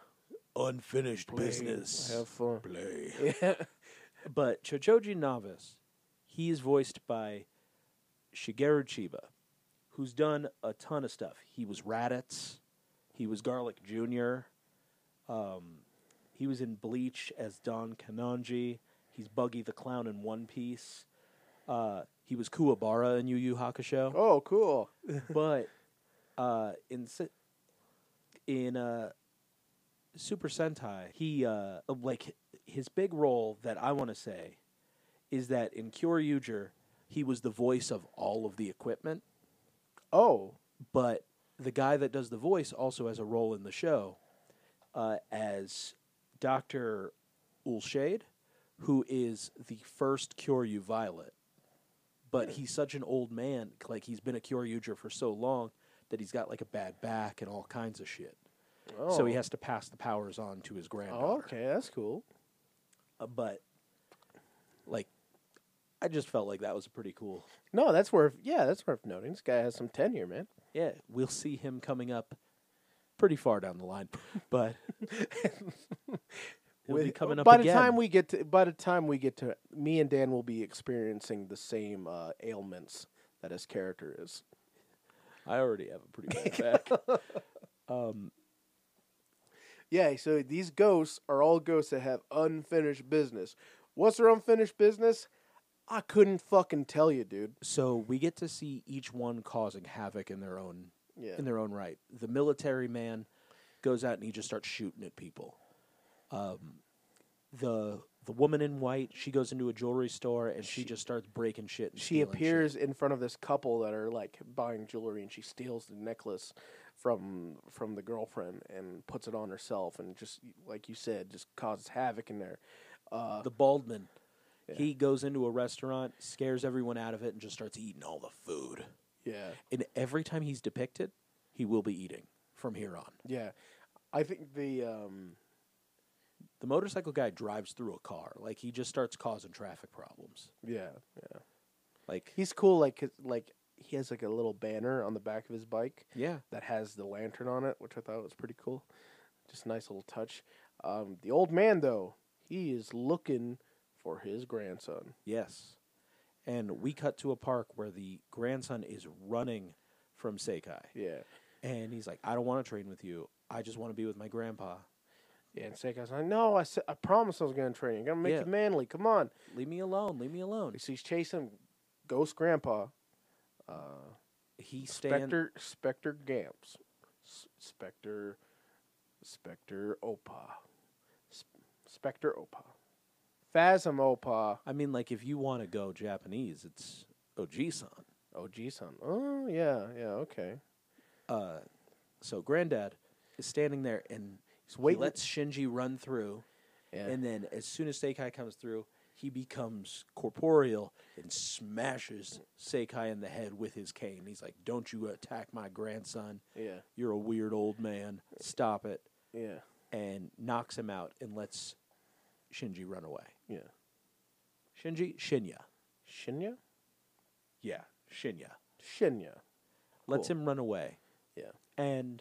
S2: unfinished business.
S3: Have fun.
S2: Play.
S3: [laughs] Yeah.
S2: [laughs] But Chochoji Novice, he is voiced by Shigeru Chiba, who's done a ton of stuff. He was Raditz, he was Garlic Jr., um, he was in Bleach as Don Kanonji, he's Buggy the Clown in One Piece, uh, he was Kuwabara in Yu Yu Hakusho
S3: Oh, cool.
S2: but uh, in Se- in uh, Super Sentai, he uh, like his big role that I want to say is that in Kyoryuger, he was the voice of all of the equipment,
S3: Oh,
S2: but the guy that does the voice also has a role in the show uh, as Doctor Ulshade, who is the first Kyoryu Violet. But he's such an old man, like he's been a Kyoryuger for so long that he's got like a bad back and all kinds of shit.
S3: oh.
S2: So he has to pass the powers on to his granddaughter.
S3: Oh, okay, that's cool.
S2: Uh, but like, I just felt like that was pretty cool.
S3: No, that's worth. Yeah, that's worth noting. This guy has some tenure, man.
S2: Yeah, we'll see him coming up pretty far down the line, but he'll be
S3: With-
S2: coming up
S3: by
S2: again.
S3: the time we get to by the time we get to me and Dan will be experiencing the same uh, ailments that his character is.
S2: I already have a pretty [laughs] bad back. um,
S3: Yeah, so these ghosts are all ghosts that have unfinished business. What's their unfinished business? I couldn't fucking tell you, dude.
S2: so we get to see each one causing havoc in their own
S3: Yeah.
S2: in their own right. The military man goes out and he just starts shooting at people. Um, the the woman in white, she goes into a jewelry store and she, just starts breaking shit. And
S3: she
S2: stealing shit.
S3: appears in front of this couple that are like buying jewelry and she steals the necklace from from the girlfriend and puts it on herself and just like you said just causes havoc in there. Uh,
S2: the Baldman. He goes into a restaurant, scares everyone out of it, and just starts eating all the food.
S3: yeah.
S2: And every time he's depicted, he will be eating from here on.
S3: Yeah, I think the um,
S2: The motorcycle guy drives through a car. Like he just starts causing traffic problems.
S3: Yeah, yeah.
S2: Like
S3: He's cool. Like 'cause, like he has like a little banner on the back of his bike
S2: yeah,
S3: that has the lantern on it, which I thought was pretty cool. Just a nice little touch. Um, the old man though, he is looking for his grandson.
S2: yes. And we cut to a park where the grandson is running from Sekai.
S3: Yeah.
S2: And he's like, I don't want to train with you. I just want to be with my grandpa.
S3: Yeah, and Sekai's like, no, I, said, I promised I was going to train you. I'm going to make
S2: Yeah.
S3: you manly. Come on.
S2: Leave me alone. Leave me alone.
S3: So he's chasing Ghost Grandpa, uh,
S2: He stands.
S3: Spectre, Spectre Gamps, S- Spectre, Spectre Opa, Sp- Spectre Opa, Phasm Opa,
S2: I mean, like, if you want to go Japanese, it's Oji-san.
S3: OG son. Oh, yeah, yeah, okay.
S2: Uh, so granddad is standing there and
S3: He's
S2: he
S3: waiting.
S2: lets Shinji run through.
S3: yeah.
S2: And then as soon as Seikai comes through, he becomes corporeal and smashes Seikai in the head with his cane. He's like, Don't you attack my grandson.
S3: yeah,
S2: You're a weird old man. Stop it.
S3: yeah,
S2: And knocks him out and lets Shinji run away.
S3: yeah.
S2: Shinji? Shinya.
S3: Shinya?
S2: Yeah, Shinya.
S3: Shinya.
S2: Lets
S3: Cool.
S2: him run away.
S3: Yeah.
S2: and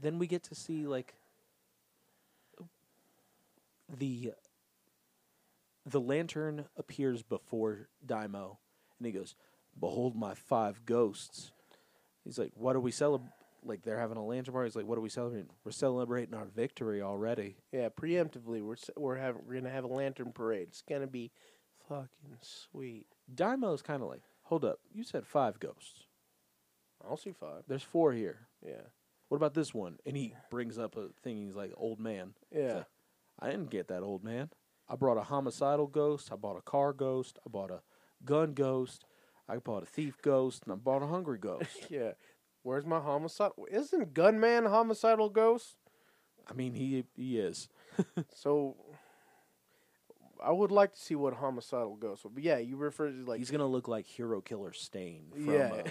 S2: then we get to see like the the lantern appears before Daimo, and he goes, "Behold my five ghosts." He's like, "What are we celebrating?" Like they're having a lantern party. He's like, "What are we celebrating? We're celebrating our victory already."
S3: Yeah, preemptively, we're, s- we're, having, we're going to have a lantern parade. It's going to be fucking sweet.
S2: Daimo's kind of like, "Hold up, you said five ghosts.
S3: I'll see five.
S2: There's four here.
S3: Yeah.
S2: What about this one?" And he brings up a thing. He's like, "Old man."
S3: Yeah.
S2: like, I didn't get that old man. I brought a homicidal ghost. I bought a car ghost. I bought a gun ghost. I bought a thief ghost, and I bought a hungry ghost.
S3: Yeah. Where's my homicide? Isn't Gunman a homicidal ghost?
S2: [laughs] I mean, he he is.
S3: So I would like to see what homicidal ghost would be. Yeah, you refer to like
S2: He's gonna look like Hero Killer Stain. From,
S3: yeah,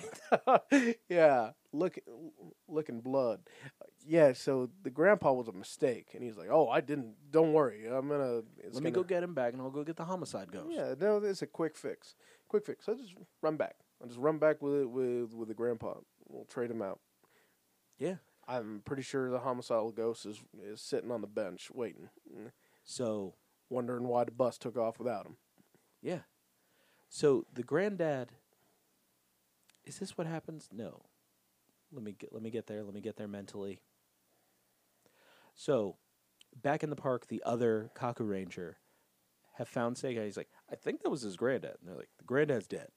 S2: uh,
S3: [laughs] yeah, look, looking blood. Yeah, so the grandpa was a mistake, and he's like, "Oh, I didn't. Don't worry, I'm gonna." It's
S2: let me go
S3: gonna-
S2: get him back, and I'll go get the homicide ghost.
S3: Yeah, no, it's a quick fix. Quick fix. I just run back. I just run back with with with the grandpa. We'll trade him out.
S2: Yeah.
S3: I'm pretty sure the homicidal ghost is is sitting on the bench waiting.
S2: So
S3: wondering why the bus took off without him.
S2: yeah, so the granddad. Is this what happens? No. Let me get, let me get there. Let me get there mentally. So, back in the park, the other Kaku Ranger have found Sega. He's like, I think that was his granddad. And they're like, the granddad's dead.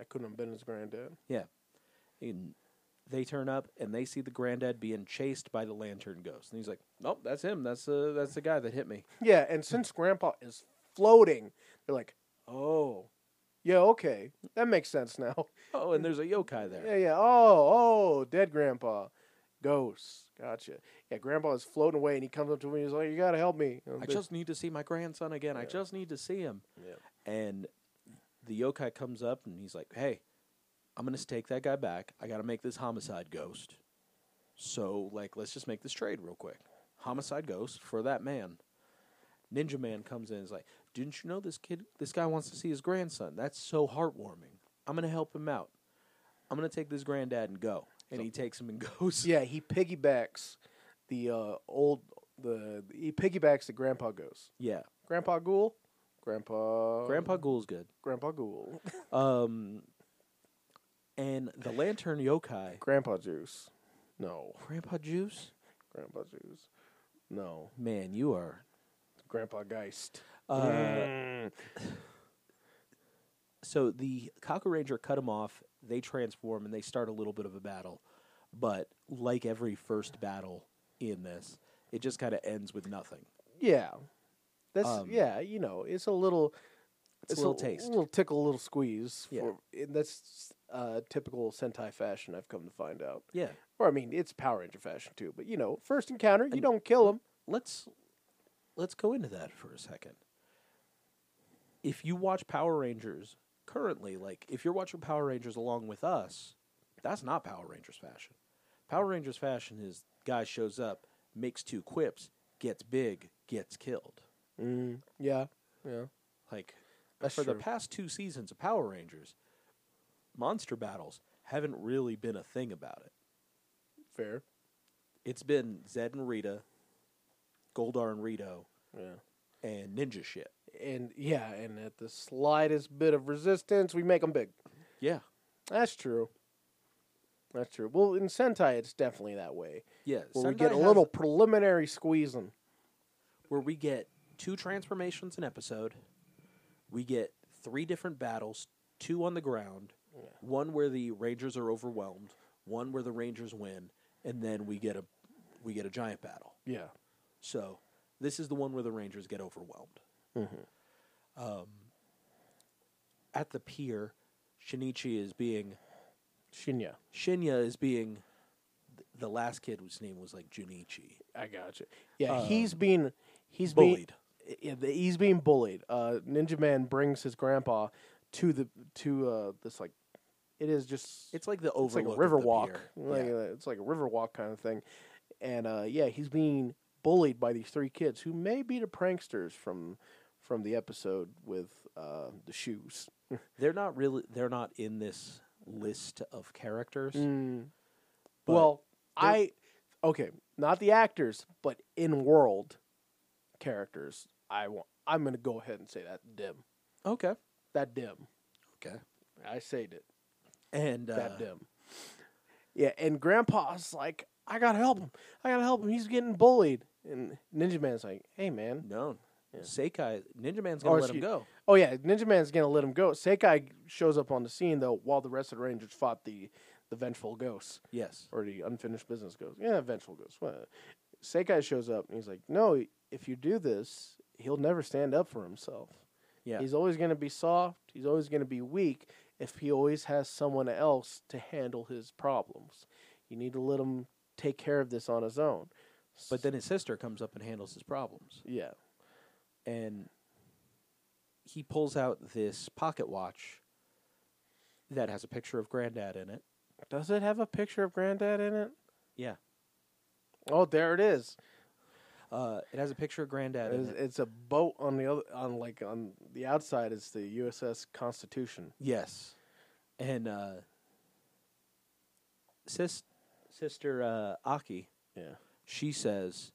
S3: I couldn't have been his granddad.
S2: And they turn up and they see the granddad being chased by the lantern ghost. And he's like, Nope, that's him. That's uh, that's the guy that hit me.
S3: Yeah, and since grandpa is floating, they're like, oh, yeah, okay, that makes sense now.
S2: Oh, and there's a yokai there.
S3: Yeah, yeah, oh, oh, dead grandpa, ghosts, gotcha. Yeah, grandpa is floating away, and he comes up to me. He's like, you gotta help me.
S2: I just need to see my grandson again. I
S3: Yeah.
S2: just need to see him.
S3: Yeah.
S2: And the yokai comes up and he's like, "Hey, I'm gonna take that guy back. I gotta make this homicide ghost. So like, let's just make this trade real quick. Homicide ghost for that man. Ninja man comes in and is like, "Didn't you know this kid? This guy wants to see his grandson. That's so heartwarming. I'm gonna help him out. I'm gonna take this granddad and go." And he takes him and [laughs] goes.
S3: yeah, he piggybacks the uh, old the he piggybacks the grandpa ghost.
S2: Yeah.
S3: Grandpa Ghoul, grandpa
S2: Grandpa Ghoul's good.
S3: grandpa Ghoul,
S2: Um, and the lantern yokai,
S3: grandpa Juice. No,
S2: Grandpa Juice.
S3: grandpa Juice. No,
S2: Man, you are.
S3: Grandpa Geist.
S2: Uh,
S3: Mm.
S2: So the Cocker Ranger cut him off. They transform and they start a little bit of a battle, but like every first battle in this, it just kind of ends with nothing.
S3: Yeah, that's
S2: Um,
S3: yeah. You know, it's a little,
S2: It's, a little taste.
S3: little tickle, a little squeeze.
S2: Yeah.
S3: For, and that's uh, typical Sentai fashion. I've come to find out,
S2: Yeah.
S3: or I mean, it's Power Ranger fashion too. But you know, first encounter, you don't kill him.
S2: Let's let's go into that for a second. If you watch Power Rangers currently, like if you're watching Power Rangers along with us, that's not Power Rangers fashion. Power Rangers fashion is guy shows up, makes two quips, gets big, gets killed.
S3: Mm, yeah. Yeah.
S2: Like
S3: That's
S2: for the
S3: true.
S2: past two seasons of Power Rangers, monster battles haven't really been a thing about it.
S3: Fair.
S2: It's been Zed and Rita, Goldar and Rito,
S3: Yeah.
S2: and ninja shit.
S3: And yeah, and at the slightest bit of resistance, we make them big.
S2: Yeah.
S3: That's true. That's true. Well, in Sentai, it's definitely that way.
S2: Yeah.
S3: Where we
S2: Sentai
S3: get a
S2: has-
S3: little preliminary squeezing.
S2: where we get two transformations an episode. We get three different battles, two on the ground, one where the Rangers are overwhelmed, one where the Rangers win, and then we get a we get a giant battle.
S3: Yeah.
S2: So this is the one where the Rangers get overwhelmed.
S3: Mm-hmm.
S2: Um, at the pier, Shinichi is being
S3: Shinya.
S2: Shinya is being th- the last kid whose name was like Junichi.
S3: I got you. Yeah,
S2: Um,
S3: he's being he's
S2: Bullied.
S3: Being, yeah, the- he's being bullied. Uh, Ninja Man brings his grandpa to the to uh, this like it is just
S2: It's like the
S3: it's
S2: overlook
S3: like a
S2: of
S3: river
S2: the
S3: walk.
S2: pier.
S3: Like,
S2: Yeah.
S3: uh, It's like a river walk kind of thing, and uh, yeah, he's being bullied by these three kids who may be the pranksters from from the episode with uh, the shoes.
S2: They're not really. They're not in this list of characters.
S3: Mm.
S2: but
S3: well, I okay, not the actors, but in world characters. I want. I'm gonna go ahead and say that dim.
S2: Okay.
S3: That dim.
S2: Okay.
S3: I saved it.
S2: And uh,
S3: That dim. Yeah, and Grandpa's like, I gotta help him. I gotta help him. He's getting bullied. And Ninja Man's like, Hey man.
S2: no,
S3: Yeah.
S2: Seikai Ninja Man's
S3: Or
S2: gonna let him
S3: excuse-
S2: go.
S3: Oh yeah, Ninja Man's gonna let him go. Sekai shows up on the scene though, while the rest of the Rangers fought the the vengeful ghosts.
S2: Yes.
S3: or the unfinished business goes, yeah, vengeful goes. Well, Sekai shows up and he's like, no, if you do this, he'll never stand up for himself.
S2: Yeah.
S3: He's always going to be soft. He's always going to be weak if he always has someone else to handle his problems. You need to let him take care of this on his own.
S2: but then his sister comes up and handles his problems,
S3: yeah,
S2: and he pulls out this pocket watch that has a picture of Granddad in it.
S3: does it have a picture of Granddad in it?
S2: Yeah.
S3: Oh, there it is.
S2: Uh, it has a picture of Granddad in
S3: It's,
S2: it.
S3: it's a boat on the other, on like on the outside is the USS Constitution.
S2: Yes. And uh, sis, sister uh, Aki,
S3: Yeah.
S2: she says,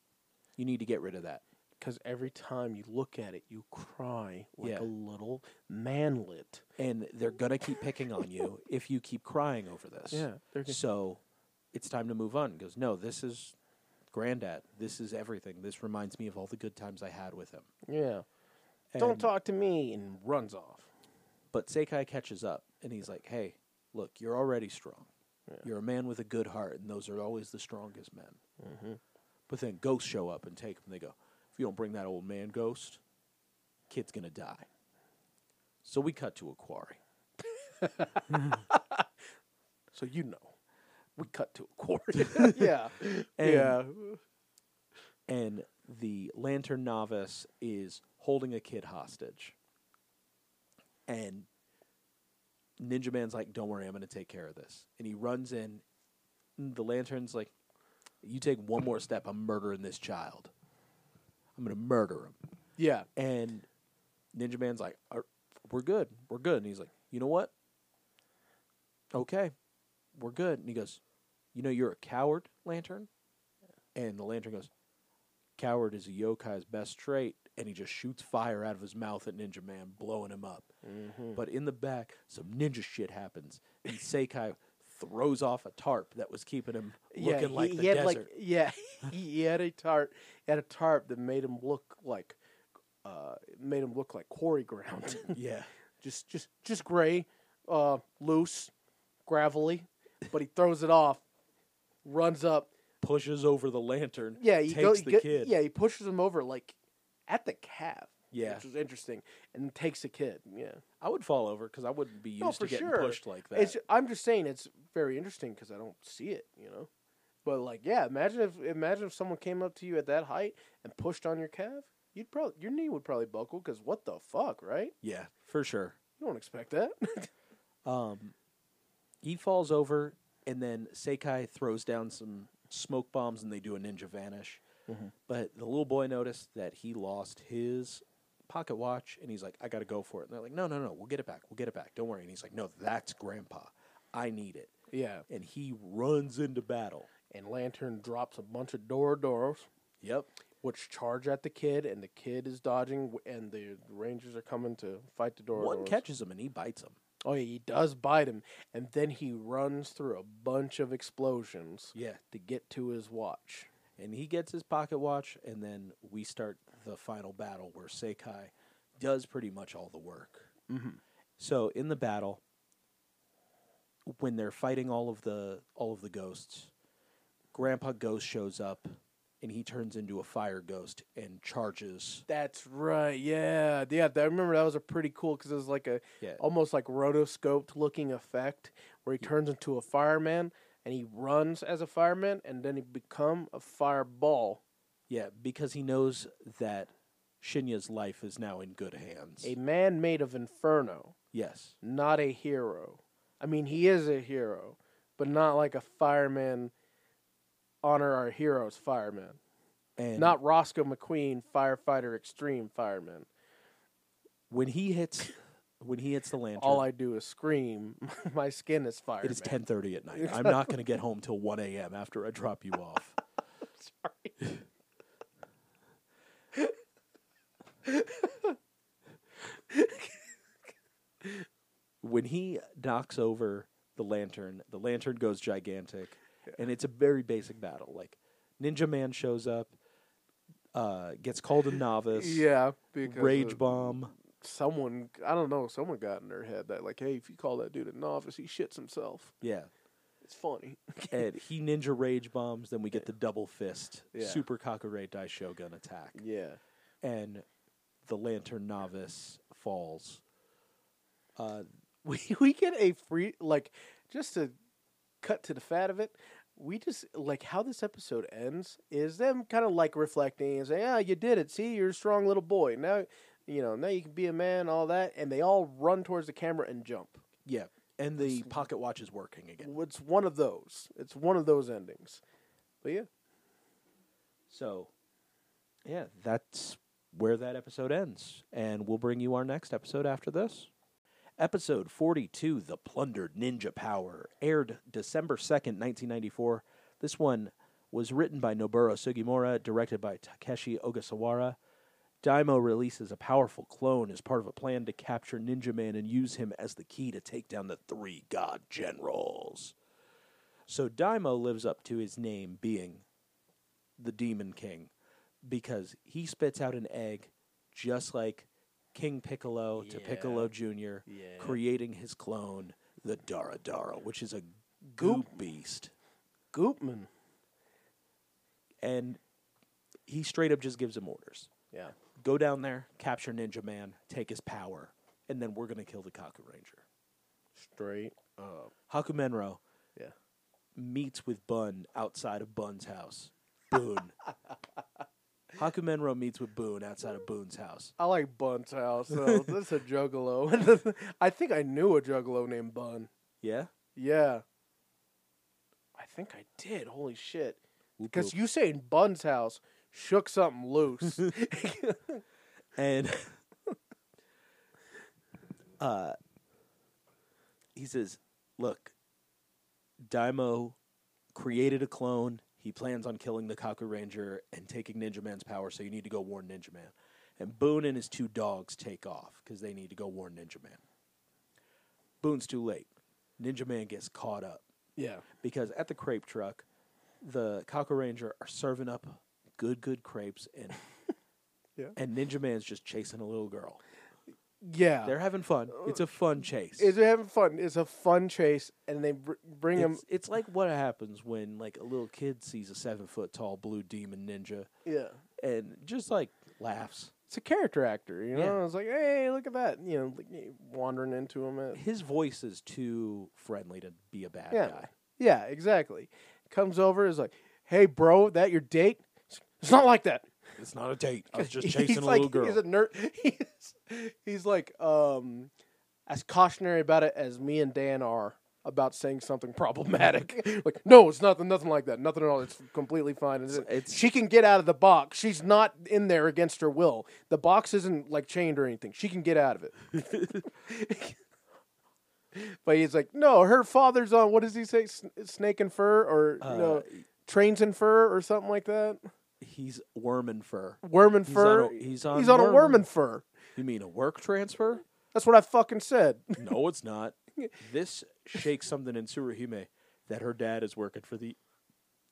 S2: "You need to get rid of that."
S3: because every time you look at it, you cry like
S2: Yeah.
S3: a little manlet.
S2: and they're gonna keep picking on
S3: [laughs]
S2: you if you keep crying over this.
S3: they're g-
S2: So it's time to move on. He goes, no, this is granddad. This is everything. This reminds me of all the good times I had with him.
S3: yeah.
S2: And,
S3: Don't talk to me, and runs off.
S2: But Sekai catches up and he's like, hey, look, you're already strong.
S3: Yeah.
S2: You're a man with a good heart, and those are always the strongest men. But then ghosts show up and take him. They go, if you don't bring that old man ghost, kid's gonna die. So we cut to a quarry.
S3: So you know, we cut to a quarter.
S2: [laughs]
S3: yeah, yeah,
S2: and the lantern novice is holding a kid hostage. And Ninja Man's like, "Don't worry, I'm going to take care of this." And he runs in. and The lantern's like, "You take one more step, I'm murdering this child. I'm going to murder him."
S3: [laughs] yeah.
S2: And Ninja Man's like, "Uh, "We're good. We're good." And he's like, "You know what? Okay, we're good." And he goes, "You know, you're a coward, Lantern." And the Lantern goes, "Coward is a yokai's best trait." And he just shoots fire out of his mouth at Ninja Man, blowing him up.
S3: Mm-hmm.
S2: But in the back, some ninja shit happens, and Sekai throws off a tarp that was keeping him
S3: yeah,
S2: looking like
S3: he,
S2: the
S3: he had
S2: desert.
S3: like [laughs] yeah, he had a tarp, he had a tarp that made him look like, uh, made him look like quarry ground. [laughs]
S2: yeah,
S3: just just just gray, uh, loose, gravelly, but he throws it off, runs up.
S2: pushes over the lantern.
S3: Yeah, he
S2: takes
S3: goes.
S2: the
S3: go,
S2: kid.
S3: Yeah, he pushes him over like at the calf.
S2: Yeah.
S3: which was interesting, and takes the kid. Yeah,
S2: I would fall over because I wouldn't be used
S3: No,
S2: to
S3: for
S2: getting
S3: sure.
S2: pushed like that.
S3: it's. I'm just saying it's very interesting because I don't see it. You know, but like, yeah, imagine if imagine if someone came up to you at that height and pushed on your calf. You'd probably your knee would probably buckle because what the fuck, right?
S2: yeah, for sure.
S3: You don't expect that. [laughs]
S2: Um, he falls over, and then Sekai throws down some smoke bombs, and they do a ninja vanish. But the little boy noticed that he lost his pocket watch, and he's like, "I got to go for it." And they're like, "No, no, no, we'll get it back. We'll get it back. Don't worry." And he's like, "No, that's Grandpa. I need it."
S3: Yeah.
S2: And he runs into battle.
S3: And Lantern drops a bunch of Dorodoros,
S2: Yep.
S3: which charge at the kid, and the kid is dodging, w- and the Rangers are coming to fight the Dorodoros.
S2: One catches him and he bites him.
S3: Oh, yeah, he does bite him, and then he runs through a bunch of explosions
S2: Yeah.
S3: to get to his watch.
S2: and he gets his pocket watch, and then we start the final battle where Sekai does pretty much all the work. Mm-hmm. So in the battle, when they're fighting all of the all of the ghosts, Grandpa Ghost shows up, and he turns into a fire ghost and charges.
S3: That's right. Yeah, yeah. I remember that was a pretty cool because it was like a
S2: Yeah.
S3: almost like rotoscoped looking effect where he turns into a fireman and he runs as a fireman and then he become a fireball,
S2: Yeah, because he knows that Shinya's life is now in good hands.
S3: a man made of inferno,
S2: yes,
S3: not a hero. I mean, he is a hero, but not like a fireman. Honor our heroes, fireman.
S2: and
S3: Not Roscoe McQueen, firefighter extreme fireman.
S2: when he hits when he hits the lantern.
S3: All I do is scream. [laughs] My skin is fire.
S2: It is ten thirty at night. I'm not going to get home till one a.m. after I drop you
S3: [laughs]
S2: off. when he knocks over the lantern, the lantern goes gigantic, and it's a very basic battle. Like Ninja Man shows up, uh, gets called a novice.
S3: Yeah, because
S2: Rage
S3: of-
S2: bomb.
S3: someone I don't know, someone got in their head that like, hey, if you call that dude a novice, he shits himself.
S2: Yeah.
S3: It's funny. [laughs]
S2: and he ninja rage bombs. Then we get the double fist
S3: Yeah.
S2: super Kakure Dai Shogun attack,
S3: Yeah.
S2: and the Lantern Novice falls. Uh,
S3: [laughs] We we get a free like just to cut to the fat of it, we just like how this episode ends is them kind of like reflecting and saying, Ah, you did it, see, you're a strong little boy. Now you know, now you can be a man, all that, and they all run towards the camera and jump.
S2: yeah, and the pocket watch is working again.
S3: It's one of those. It's one of those endings. But yeah.
S2: So, yeah, that's where that episode ends, and we'll bring you our next episode after this. Episode 42, The Plundered Ninja Power, aired December 2nd, 1994. This one was written by Noboru Sugimura, directed by Takeshi Ogasawara. Daimo releases a powerful clone as part of a plan to capture Ninja Man and use him as the key to take down the three god generals. So Daimo lives up to his name being the Demon King because he spits out an egg just like King Piccolo to
S3: Yeah.
S2: Piccolo Jr.,
S3: Yeah.
S2: creating his clone, the Dara Dara, which is a goop beast.
S3: Goopman.
S2: And he straight up just gives him orders
S3: Yeah.
S2: go down there, capture Ninja Man, take his power, and then we're going to kill the Kaku Ranger.
S3: Straight up.
S2: Hakumenro
S3: Yeah.
S2: meets with Bun outside of Bun's house.
S3: [laughs]
S2: Boone. Hakumenro meets with Boone outside of Boone's house.
S3: I like Bun's house [laughs] though. That's a juggalo. [laughs] I think I knew a juggalo named Bun.
S2: Yeah?
S3: Yeah. I think I did. Holy shit.
S2: Whoop
S3: Because
S2: whoop.
S3: you saying Bun's house shook
S2: [laughs]
S3: something loose. [laughs]
S2: And [laughs] uh, he says, Look, Daimo created a clone. He plans on killing the Kaku Ranger and taking Ninja Man's power, so you need to go warn Ninja Man. And Boone and his two dogs take off because they need to go warn Ninja Man. Boone's too late. Ninja Man gets caught up
S3: yeah.
S2: because at the crepe truck, the Cocker Ranger are serving up good, good crepes, and
S3: [laughs] Yeah.
S2: and Ninja Man's just chasing a little girl.
S3: Yeah.
S2: They're having fun. It's a fun chase.
S3: Is they're having fun. It's a fun chase, and they br- bring him.
S2: it's, it's like what happens when like a little kid sees a seven foot tall blue demon ninja
S3: Yeah.
S2: and just like laughs.
S3: It's a character actor, you know.
S2: Yeah.
S3: It's like, hey, look at that, you know, like, wandering into
S2: [laughs]
S3: him. At,
S2: His voice is too friendly to be a bad
S3: Yeah.
S2: guy.
S3: Yeah, exactly. Comes over is like, "Hey, bro, that your date?" It's- It's not like that.
S2: It's not a date. I
S3: [laughs]
S2: was just
S3: He's
S2: chasing a
S3: like-
S2: little girl.
S3: He's a nerd. [laughs] He's, he's like um, as cautionary about it as me and Dan are. about saying something [laughs] problematic. like, no, it's nothing, nothing like that, nothing at all. It's completely fine. It's,
S2: it's-
S3: she can get out of the box. She's not in there against her will. The box isn't like chained or anything. She can get out of it.
S2: [laughs]
S3: [laughs] but he's like, no, her father's on. What does he say? Sn- snake and fur, or you
S2: Uh,
S3: know, trains and fur, or something like that.
S2: He's worm and fur.
S3: Worm and
S2: He's
S3: fur.
S2: on a- he's on
S3: he's on a
S2: worm
S3: worm
S2: and-
S3: and fur.
S2: You mean a work transfer?
S3: That's what I fucking said. [laughs]
S2: No, it's not. this shakes something in Tsuruhime that her dad is working for the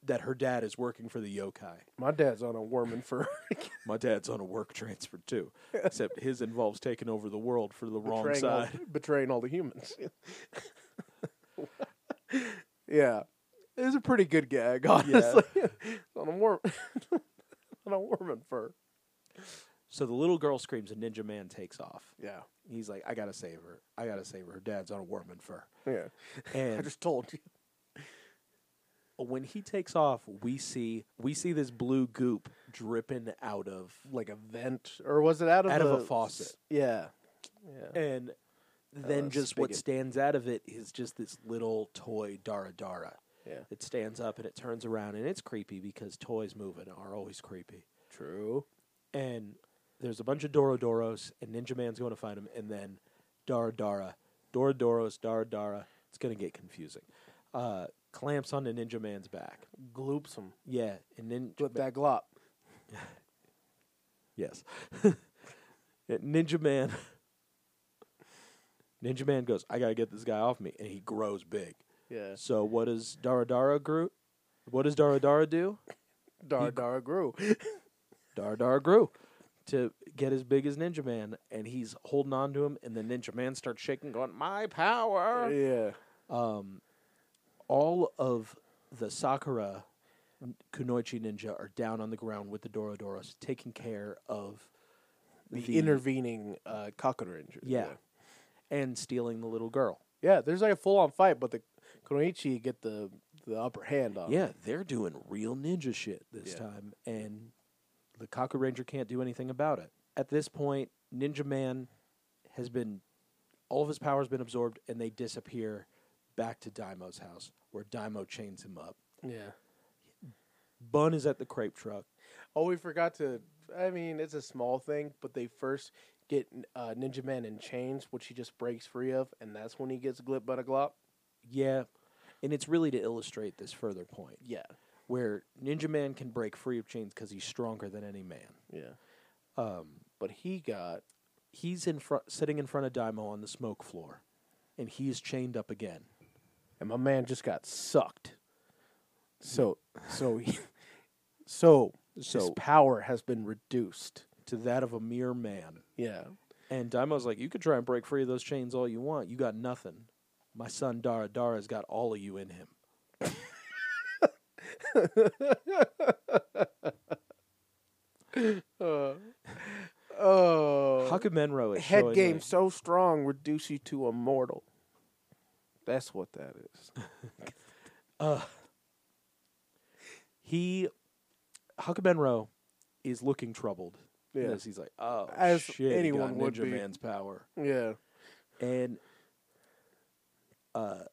S2: that her dad is working for the yokai.
S3: My dad's on a worm and fur. [laughs]
S2: My dad's on a work transfer too, except his involves taking over the world for the wrong
S3: betraying all,
S2: side.
S3: betraying all the humans. [laughs] yeah, it was a pretty good gag, [laughs] honestly. on a worm, [laughs] on a worm and fur.
S2: So the little girl screams and Ninja Man takes off.
S3: Yeah,
S2: He's like, I gotta save her. I gotta save her. Her dad's on a worm and fur.
S3: yeah. [laughs] I
S2: And
S3: just told you.
S2: when he takes off, we see we see this blue goop dripping out of
S3: Like a vent, or was it out of
S2: Out of a
S3: the-
S2: faucet.
S3: Yeah, yeah.
S2: and then
S3: Uh,
S2: just what
S3: spigot.
S2: stands out of it is just this little toy Dara Dara.
S3: Yeah.
S2: It stands up and it turns around and it's creepy because toys moving are always creepy.
S3: True.
S2: And there's a bunch of Dorodoros and Ninja Man's going to find him and then Dara Dara, Dorodoros, Dara Dara. It's going to get confusing. Uh, clamps onto Ninja Man's back.
S3: Gloops him
S2: Yeah, and Ninja
S3: with that glop.
S2: Yes. [laughs] Yeah, Ninja Man. [laughs] Ninja Man goes, I gotta get this guy off me, and he grows big.
S3: Yeah,
S2: So what does Daradara grew? What does Daradara do?
S3: Dar
S2: [laughs]
S3: Dar grew.
S2: Daradara grew to get as big as Ninja Man, and he's holding on to him, and then Ninja Man starts shaking, going, "My power!"
S3: yeah,
S2: All of the Sakura Kunoichi Ninja are down on the ground with the Dorodoros, taking care of
S3: the, intervening uh, cockroach.
S2: yeah, and stealing the little girl.
S3: Yeah, there's like a full on fight, but the Konoichi get the the upper hand on.
S2: Oh, Yeah, they're doing real ninja shit this
S3: Yeah.
S2: time, and the Kaku Ranger can't do anything about it. At this point, Ninja Man has been all of his power's been absorbed, and they disappear back to Daimo's house, where Daimo chains him up.
S3: it. Yeah.
S2: Bun is at the crepe truck.
S3: Oh, we forgot to. I mean, it's a small thing, but they first get uh, Ninja Man in chains, which he just breaks free of, and that's when he gets glipped by the glop.
S2: Yeah, and it's really to illustrate this further point
S3: Yeah.
S2: where Ninja Man can break free of chains because he's stronger than any man.
S3: Yeah. Um, but he got
S2: He's in front, sitting in front of Daimo on the smoke floor, and he's chained up again.
S3: and my man just got sucked. So so he, so his
S2: So-
S3: power has been reduced.
S2: to that of a mere man.
S3: Yeah.
S2: And Daimo's like, you could try and break free of those chains all you want. You got nothing. My son Dara Dara's got all of you in him.
S3: Oh.
S2: Hakumenro is
S3: Uh, head
S2: showing,
S3: game
S2: like-
S3: so strong reduce you to a mortal. That's what that is.
S2: [laughs] he Hakumenro is looking troubled.
S3: Yeah.
S2: Because he's like, oh
S3: As
S2: shit, he
S3: anyone
S2: got
S3: would
S2: Ninja
S3: be.
S2: Man's power.
S3: Yeah.
S2: And uh,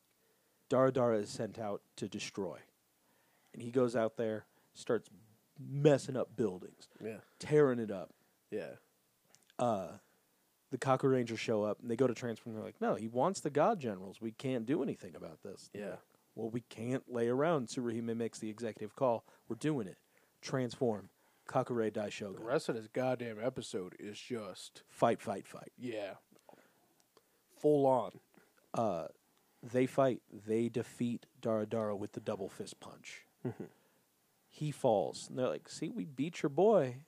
S2: Dara Dara is sent out to destroy. And he goes out there, starts messing up buildings,
S3: Yeah.
S2: tearing it up.
S3: Yeah.
S2: the Kaku Rangers show up and they go to transform. They're like, no, he wants the God Generals. We can't do anything about this. They're
S3: Yeah.
S2: like, well, we can't lay around. Tsuruhime makes the executive call. We're doing it. Transform. Kakure
S3: The
S2: Daishogun.
S3: rest of this goddamn episode is just
S2: Fight, fight, fight.
S3: yeah. Full on.
S2: They fight. They defeat Dara Dara with the double fist punch.
S3: Mm-hmm.
S2: he falls. And they're like, see, we beat your boy.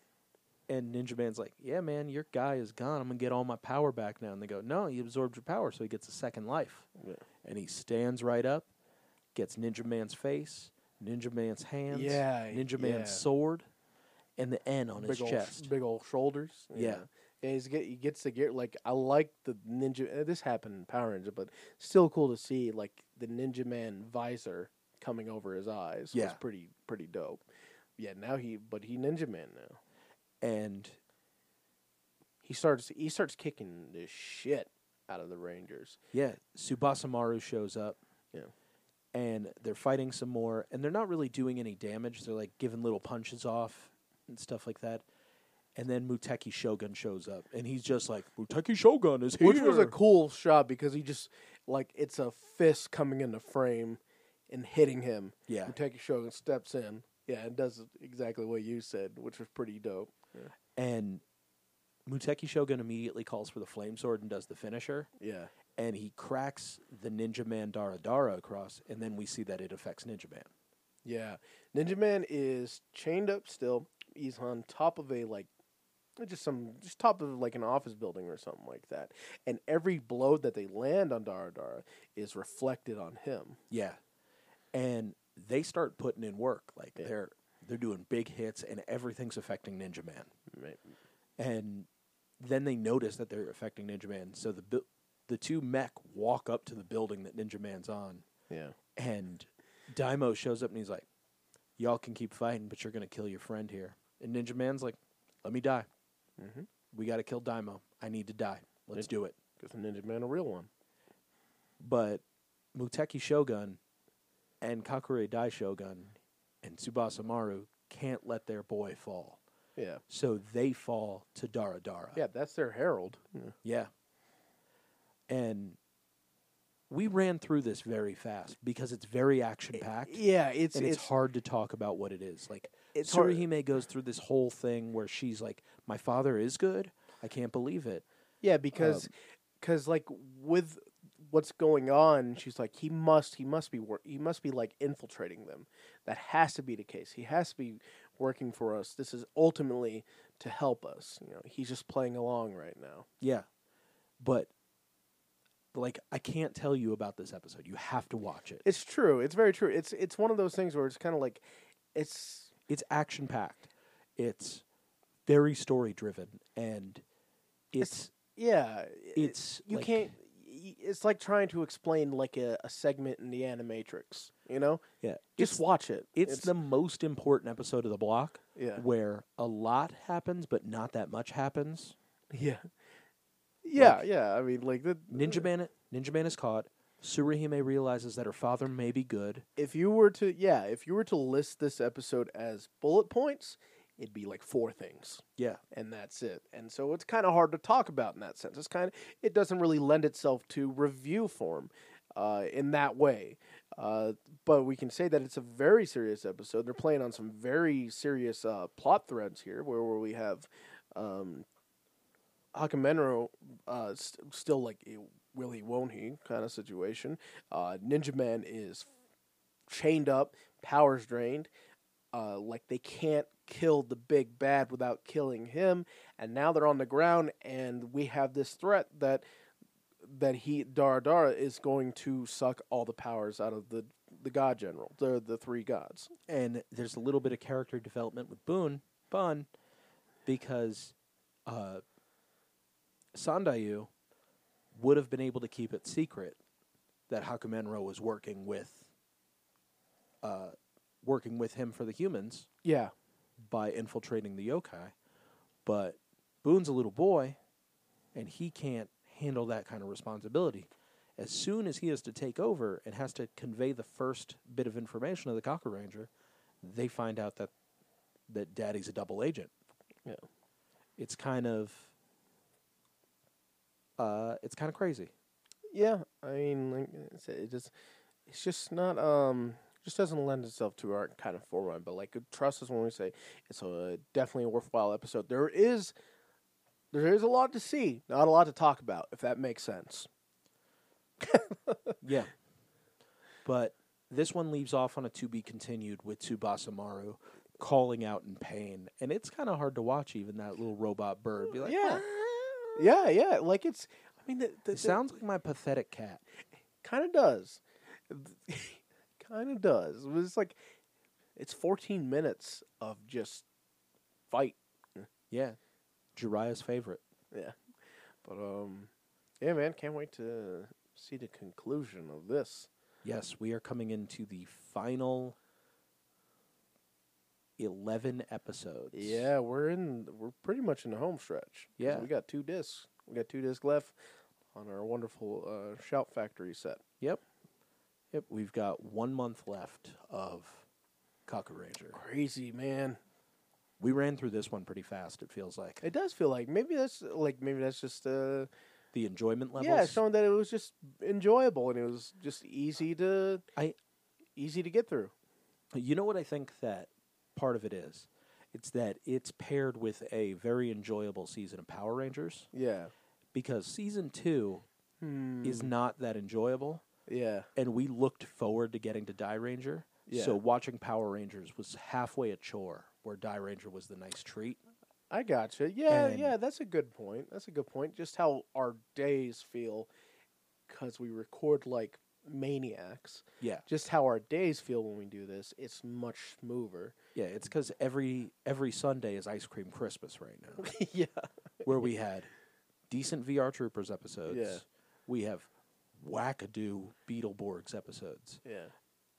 S2: And Ninja Man's like, yeah, man, your guy is gone. I'm going to get all my power back now. And they go, no, he absorbed your power, so he gets a second life. And he stands right up, gets Ninja Man's face, Ninja Man's hands,
S3: Yeah,
S2: Ninja
S3: yeah.
S2: Man's sword, and the N on his
S3: big
S2: chest.
S3: Old, big old shoulders.
S2: Yeah.
S3: Yeah, he's get, he gets the gear. Like I like the ninja. uh, This happened in Power Ranger, but still cool to see like the Ninja Man visor coming over his eyes. was
S2: Yeah.
S3: pretty pretty dope. Yeah, now he but he Ninja Man now.
S2: and
S3: He starts he starts kicking the shit out of the Rangers.
S2: yeah, Subasamaru shows up.
S3: Yeah.
S2: And they're fighting some more, and they're not really doing any damage. They're like giving little punches off and stuff like that. And then Muteki Shogun shows up, and he's just like, Muteki Shogun is here.
S3: Which was a cool shot because he just like it's a fist coming into frame and hitting him.
S2: Yeah.
S3: Muteki Shogun steps in. Yeah, and does exactly what you said, which was pretty dope.
S2: And Muteki Shogun immediately calls for the flame sword and does the finisher.
S3: Yeah.
S2: And he cracks the Ninja Man Dara Dara across, and then we see that it affects Ninja Man.
S3: Yeah. Ninja Man is chained up still. He's on top of a like just some just top of like an office building or something like that. And every blow that they land on Dara Dara is reflected on him.
S2: Yeah. And they start putting in work. Like
S3: Yeah.
S2: they're they're doing big hits and everything's affecting Ninja Man.
S3: Right.
S2: And then they notice that they're affecting Ninja Man. So the bu- the two mech walk up to the building that Ninja Man's on
S3: Yeah.
S2: and Daimo shows up and he's like, "Y'all can keep fighting, but you're gonna kill your friend here." And Ninja Man's like, "Let me die.
S3: Mhm.
S2: We gotta kill Daimo. I need to die. Let's do it."
S3: Because Ninja Man a real one.
S2: But Muteki Shogun and Kakure Dai Shogun and Tsubasa Maru can't let their boy fall,
S3: Yeah.
S2: so they fall to Dara Dara.
S3: Yeah, that's their herald.
S2: Yeah. And we ran through this very fast because it's very action packed.
S3: Yeah, it's
S2: and it's,
S3: it's
S2: hard to talk about what it is. Like
S3: It's hard.
S2: Surihime goes through this whole thing where she's like, "My father is good. I can't believe it."
S3: Yeah,
S2: Um,
S3: because cause like with what's going on, she's like he must he must be wor- he must be like infiltrating them. That has to be the case. He has to be working for us. This is ultimately to help us. You know, he's just playing along right now.
S2: Yeah, but like I can't tell you about this episode. You have to watch it.
S3: It's true. It's very true. It's it's one of those things where it's kind of like it's
S2: It's action packed. It's very story driven, and it's
S3: yeah, it's
S2: it's
S3: you
S2: like-
S3: can't y- it's like trying to explain like a, a segment in the animatrix, you know?
S2: yeah.
S3: Just
S2: It's
S3: watch it.
S2: it's, the most important episode of the block.
S3: Yeah.
S2: where a lot happens, but not that much happens.
S3: [laughs] Yeah. Yeah, yeah. I mean, like the
S2: Ninja Man, Ninja Man is caught. Surihime realizes that her father may be good.
S3: If you were to, yeah, if you were to list this episode as bullet points, it'd be like four things,
S2: Yeah,
S3: and that's it. And so it's kind of hard to talk about in that sense. It's kind of it doesn't really lend itself to review form, uh, in that way. Uh, but we can say that it's a very serious episode. They're playing on some very serious uh, plot threads here, where where we have, um, Hakamenro uh, st- still like a will he won't he kind of situation. Uh, Ninja Man is chained up, powers drained. Uh, like they can't kill the big bad without killing him, and now they're on the ground, and we have this threat that that he Dara Dara is going to suck all the powers out of the the God General, the the three gods.
S2: and there's a little bit of character development with Boone Bun because uh, Sandayu would have been able to keep it secret that Hakumenro was working with uh, working with him for the humans
S3: Yeah,
S2: by infiltrating the yokai, but Boone's a little boy, and he can't handle that kind of responsibility. As soon as he has to take over and has to convey the first bit of information to the Cocker Ranger, they find out that that Daddy's a double agent.
S3: Yeah.
S2: it's kind of uh, it's kind of crazy.
S3: Yeah, I mean, like I said, it just it's just not um just doesn't lend itself to our kind of format. But like, trust us when we say it's a definitely a worthwhile episode. There is there is a lot to see, not a lot to talk about, if that makes sense.
S2: Yeah. But this one leaves off on a to be continued with Tsubasa Maru calling out in pain. And it's kind of hard to watch, even that little robot bird. Be like,
S3: Yeah.
S2: "Ah."
S3: Yeah, yeah, like it's. I mean, the, the,
S2: It sounds like my pathetic cat.
S3: kind of does, [laughs] kind of does. It was like it's fourteen minutes of just fight.
S2: Yeah. Jiraiya's favorite.
S3: Yeah. But um yeah, man, can't wait to see the conclusion of this.
S2: Yes, we are coming into the final 11 episodes.
S3: Yeah, we're in we're pretty much in the home stretch. 'Cause
S2: Yeah.
S3: We got two discs. We got two discs left on our wonderful uh Shout Factory set.
S2: Yep. Yep, we've got one month left of Cockeranger.
S3: Crazy man.
S2: We ran through this one pretty fast. It feels like
S3: It does feel like maybe that's like maybe that's just uh
S2: the enjoyment levels.
S3: yeah showing that it was just enjoyable and it was just easy to
S2: I-
S3: easy to get through.
S2: You know what I think that part of it is? It's that it's paired with a very enjoyable season of Power Rangers
S3: Yeah.
S2: because season two
S3: Hmm.
S2: is not that enjoyable,
S3: yeah.
S2: and we looked forward to getting to Die Ranger.
S3: Yeah.
S2: So watching Power Rangers was halfway a chore, where Die Ranger was the nice treat.
S3: I gotcha. Yeah,
S2: And-
S3: yeah, that's a good point. That's a good point. Just how our days feel because we record like maniacs.
S2: Yeah,
S3: Just how our days feel when we do this. It's much smoother.
S2: yeah. It's because every every Sunday is Ice Cream Christmas right [laughs] now.
S3: yeah.
S2: where we had decent VR Troopers episodes.
S3: Yeah.
S2: We have wackadoo Beetleborgs episodes.
S3: Yeah.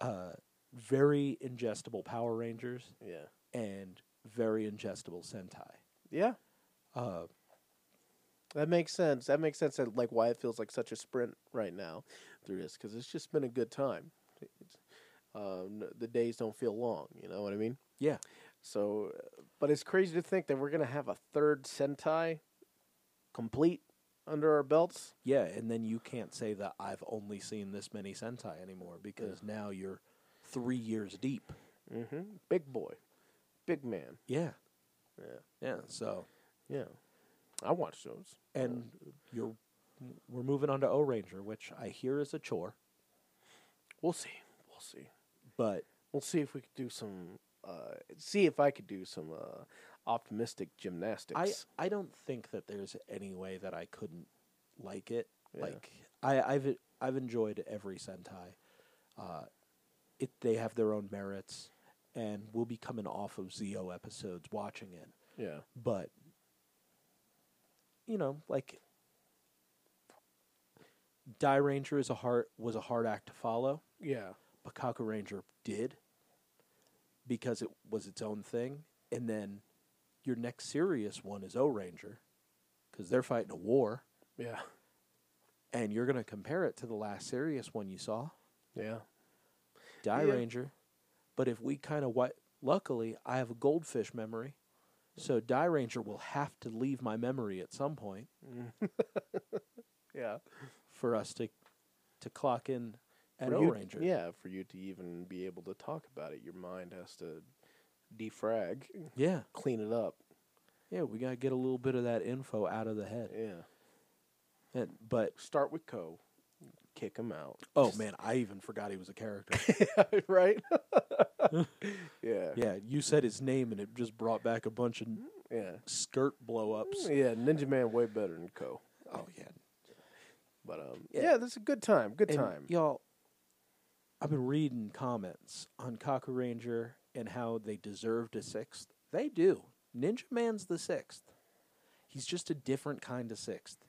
S2: Uh, very ingestible Power Rangers
S3: Yeah.
S2: and very ingestible Sentai.
S3: Yeah.
S2: Uh,
S3: That makes sense. That makes sense. That, like why it feels like such a sprint right now through this because it's just been a good time. It's, um, the days don't feel long. You know what I mean?
S2: yeah.
S3: So, uh, but it's crazy to think that we're gonna have a third Sentai complete under our belts.
S2: Yeah. And then you can't say that I've only seen this many Sentai anymore because now you're three years deep.
S3: Mm-hmm. Big boy, big man.
S2: Yeah.
S3: Yeah.
S2: Yeah. So,
S3: Yeah, I watch those.
S2: and you're. We're moving on to O Ranger, which I hear is a chore,
S3: We'll see. We'll see.
S2: but
S3: We'll see if we could do some. Uh, see if I could do some uh, optimistic
S2: I,
S3: gymnastics.
S2: I don't think that there's any way that I couldn't like it.
S3: Yeah.
S2: Like I, I've I've enjoyed every Sentai. Uh, it they have their own merits, and we'll be coming off of Zio episodes watching it.
S3: yeah.
S2: But you know, like Die Ranger is a hard was a hard act to follow,
S3: Yeah.
S2: but Kaku Ranger did because it was its own thing. And then your next serious one is O Ranger because they're fighting a war,
S3: Yeah.
S2: and you're going to compare it to the last serious one you saw,
S3: Yeah.
S2: Die
S3: Yeah.
S2: Ranger. But if we kind of what, luckily, I have a goldfish memory, so Die Ranger will have to leave my memory at some point
S3: Yeah.
S2: for us to to clock in at
S3: For
S2: O
S3: you-
S2: Ranger.
S3: Yeah, for you to even be able to talk about it, your mind has to defrag,
S2: yeah,
S3: clean it up.
S2: yeah. We got to get a little bit of that info out of the head.
S3: Yeah.
S2: And- but
S3: Start with Co. Kick him out. [laughs]
S2: Oh man, I even forgot he was a character. [laughs]
S3: right? yeah. Yeah.
S2: yeah, you said his name and it just brought back a bunch of
S3: Yeah.
S2: skirt blow
S3: Mm,
S2: ups.
S3: Ninja Man way better than Co.
S2: Oh yeah.
S3: But um
S2: Yeah.
S3: yeah, this is a good time. Good
S2: And
S3: time.
S2: Y'all I've been reading comments on Cocker Ranger and how they deserved a sixth. They do. Ninja Man's the sixth. He's just a different kind of sixth.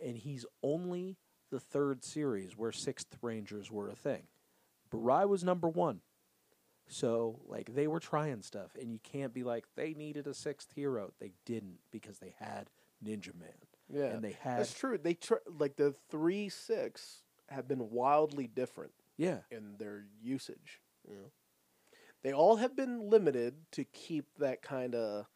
S2: And he's only the third series where sixth rangers were a thing. Barai was number one. So, like, they were trying stuff, and you can't be like, they needed a sixth hero. They didn't because they had Ninja Man.
S3: Yeah.
S2: And they had.
S3: That's true. They tr- like the 3 6 have been wildly different.
S2: Yeah.
S3: in their usage. You know? They all have been limited to keep that kind of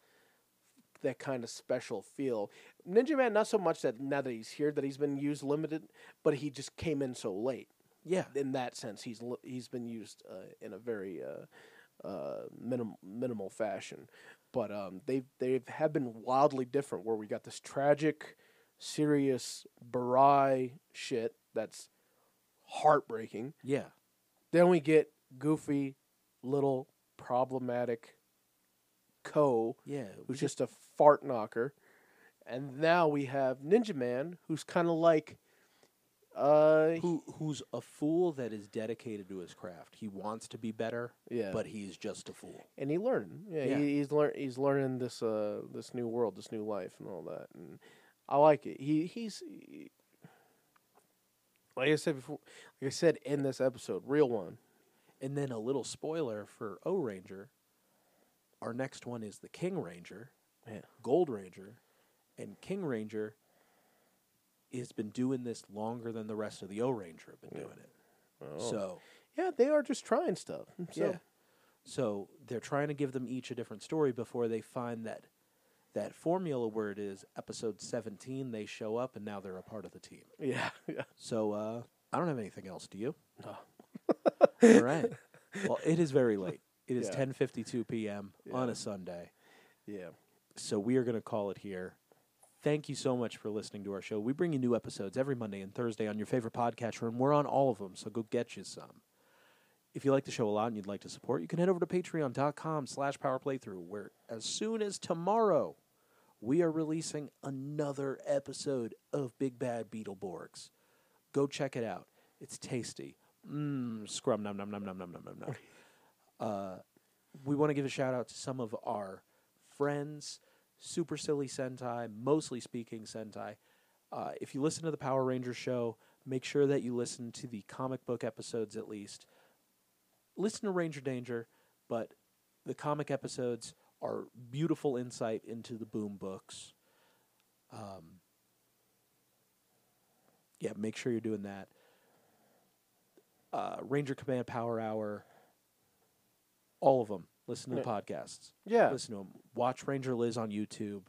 S3: that kind of special feel. Ninja Man, not so much that now that he's here that he's been used limited, but he just came in so late.
S2: Yeah.
S3: In that sense, he's li- he's been used uh, in a very uh, uh, minimal minimal fashion. But um, they they have been wildly different. Where we got this tragic, serious Barai shit that's heartbreaking,
S2: Yeah.
S3: then we get goofy, little problematic Co,
S2: Yeah.
S3: who's just a fart knocker. And now we have Ninja Man, who's kind of like, uh, he-
S2: who who's a fool that is dedicated to his craft. He wants to be better,
S3: yeah,
S2: but he's just a fool.
S3: and he learned. Yeah,
S2: Yeah.
S3: He, he's learn he's learning this uh this new world, this new life, and all that. And I like it. He he's he- like I said before, like I said in this episode, real one.
S2: And then a little spoiler for O Ranger. Our next one is the King Ranger,
S3: Yeah.
S2: Gold Ranger, and King Ranger has been doing this longer than the rest of the O Ranger have been
S3: Yeah. Oh.
S2: doing it. So
S3: Yeah, they are just trying stuff. So,
S2: yeah. So they're trying to give them each a different story before they find that that formula where it is episode 17 they show up and now they're a part of the team.
S3: Yeah. Yeah. [laughs]
S2: So uh, I don't have anything else, do you?
S3: No.
S2: [laughs] All right. Well, it is very late. It is
S3: Yeah.
S2: 10:52 p.m. on a Sunday.
S3: Yeah.
S2: So we are going to call it here. Thank you so much for listening to our show. We bring you new episodes every Monday and Thursday on your favorite podcatcher, and we're on all of them, so go get you some. If you like the show a lot and you'd like to support, you can head over to patreon.com slash powerplaythrough, where as soon as tomorrow, we are releasing another episode of Big Bad Beetleborgs. Go check it out. It's tasty. Mmm, scrum num num num num num num num num we want to give a shout out to some of our friends, Super Silly Sentai, mostly speaking Sentai. Uh, if you listen to the Power Rangers show, make sure that you listen to the comic book episodes at least. Listen to Ranger Danger, but the comic episodes are beautiful insight into the Boom books. Um, yeah, make sure you're doing that. Uh, Ranger Command Power Hour all of them. Listen to the podcasts.
S3: Yeah.
S2: Listen to them. Watch Ranger Liz on YouTube.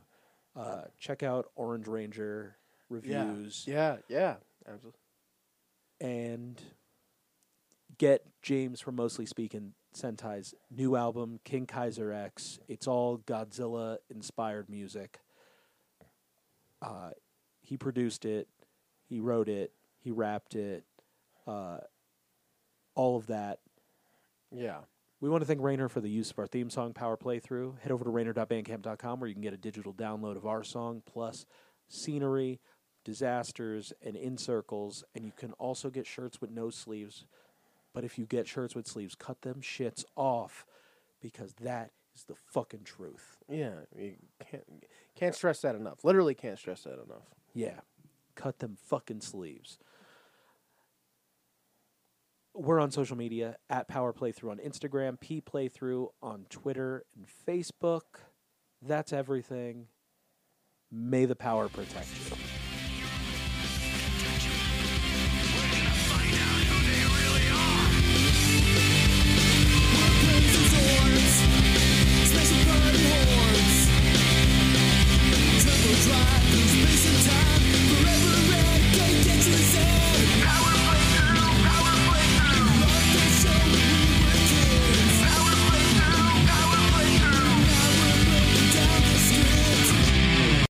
S2: Uh, check out Orange Ranger reviews
S3: Yeah. Yeah. Absolutely.
S2: and get James from Mostly Speaking Sentai's new album, King Kaiser X. It's all Godzilla inspired music. Uh, he produced it, he wrote it, he rapped it, uh, all of that.
S3: Yeah.
S2: We want to thank Rainer for the use of our theme song Power Playthrough. Head over to rainer.bandcamp.com where you can get a digital download of our song plus scenery, disasters, and in circles. And you can also get shirts with no sleeves. But if you get shirts with sleeves, cut them shits off because that is the fucking truth.
S3: Yeah. You can't can't stress that enough. Literally can't stress that enough.
S2: Yeah. Cut them fucking sleeves. We're on social media at Power Playthrough on Instagram, P Playthrough on Twitter and Facebook. That's everything. May the power protect you.
S1: Special party hordes. Triple drive, who's missing time?